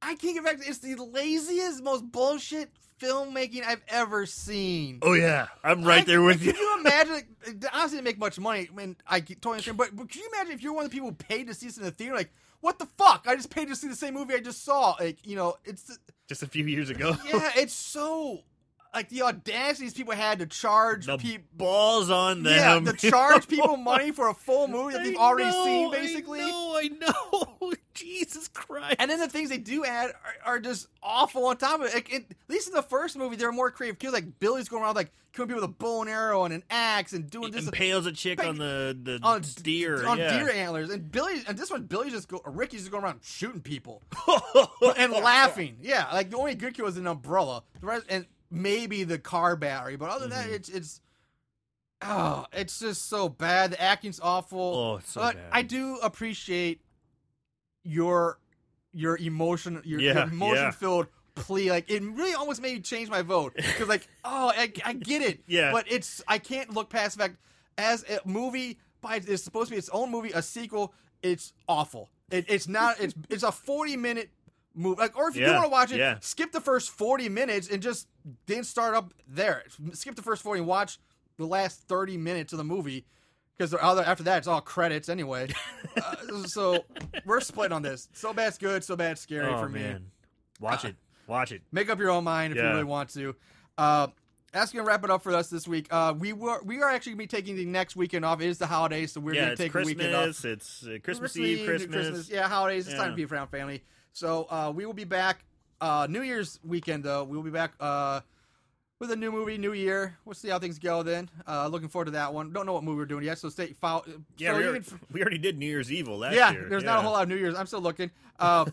Speaker 2: I can't get back to. It's the laziest, most bullshit filmmaking I've ever seen.
Speaker 4: oh yeah, I'm
Speaker 2: I- Can you imagine? Like, it honestly, didn't make much money. I mean, I get- totally understand. But, but can you imagine if you're one of the people who paid to see this in the theater? Like, what the fuck? I just paid to see the same movie I just saw. Like, you know, it's
Speaker 4: Just a few years ago.
Speaker 2: yeah, it's so like the audacity these people had to charge
Speaker 4: The
Speaker 2: people.
Speaker 4: balls on
Speaker 2: Yeah,
Speaker 4: them.
Speaker 2: to charge people money for a full movie that they've already seen, basically.
Speaker 4: No, I know. Jesus Christ.
Speaker 2: And then the things they do add are, are just awful on top of it. Like, it. At least in the first movie, they were more creative because, like, Billy's going around, like, killing people with a bow and arrow and an axe and doing
Speaker 4: It
Speaker 2: this.
Speaker 4: impales a chick
Speaker 2: Like,
Speaker 4: on the the
Speaker 2: on
Speaker 4: deer.
Speaker 2: on
Speaker 4: yeah.
Speaker 2: deer antlers, and Billy, and this one Billy just go, Ricky's just going around shooting people and laughing. Yeah, like the only good kid was an umbrella, the rest, and maybe the car battery, but other than
Speaker 4: Mm-hmm.
Speaker 2: that, it's it's oh, it's just so bad. The acting's awful.
Speaker 4: Oh, it's so
Speaker 2: but
Speaker 4: bad.
Speaker 2: I do appreciate your your emotion, your,
Speaker 4: Yeah,
Speaker 2: emotion
Speaker 4: yeah.
Speaker 2: filled. Plea like it really almost made me change my vote because like oh I, I get it
Speaker 4: Yeah.
Speaker 2: but it's I can't look past the fact as a movie by it's supposed to be its own movie, a sequel. It's awful. It, it's not. It's it's a forty minute movie. Like, or if you
Speaker 4: Yeah,
Speaker 2: want to watch it,
Speaker 4: yeah.
Speaker 2: skip the first forty minutes and just then start up there. Skip the first forty and watch the last thirty minutes of the movie because after that it's all credits anyway. uh, so we're splitting on this. So bad's good. So bad's scary
Speaker 4: Oh
Speaker 2: for me.
Speaker 4: man, watch it. Watch it.
Speaker 2: Make up your own mind if you
Speaker 4: Yeah.
Speaker 2: really want to. Uh, that's gonna wrap it up for us this week. Uh, we were we are actually gonna be taking the next weekend off. It is the holiday, so we're
Speaker 4: yeah,
Speaker 2: gonna
Speaker 4: it's
Speaker 2: take a weekend off.
Speaker 4: Christmas. It's uh, Christmas Eve, Christmas.
Speaker 2: yeah, holidays. It's time to
Speaker 4: Yeah.
Speaker 2: be around family. So uh, we will be back uh, New Year's weekend though. We will be back. Uh, with a new movie, new year. We'll see how things go then. Uh, looking forward to that one. Don't know what movie we're doing yet, so stay foul.
Speaker 4: Yeah,
Speaker 2: so
Speaker 4: we,
Speaker 2: you
Speaker 4: already,
Speaker 2: can-
Speaker 4: we already did New Year's Evil last
Speaker 2: yeah,
Speaker 4: year.
Speaker 2: there's not a whole lot of New Year's. I'm still looking. Uh,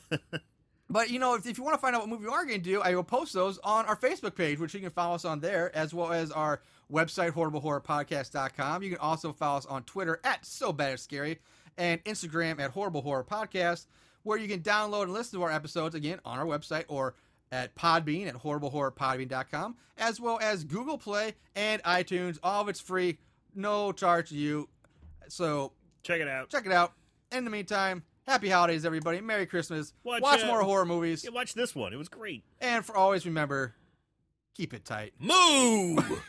Speaker 2: but you know, if, if you want to find out what movie we are going to do, I will post those on our Facebook page, which you can follow us on there, as well as our website, horriblehorrorpodcast.com. You can also follow us on Twitter at So Bad It's Scary and Instagram at Horrible Horror Podcast, where you can download and listen to our episodes again on our website or at Podbean at horriblehorrorpodbean.com, as well as Google Play and iTunes. All of it's free, no charge to you. So
Speaker 4: Check it out.
Speaker 2: check it out. In the meantime, happy holidays, everybody. Merry Christmas. Watch,
Speaker 4: Watch out.
Speaker 2: more horror movies.
Speaker 4: Yeah, watch this one. It was great.
Speaker 2: And for always remember, keep it tight.
Speaker 4: Move.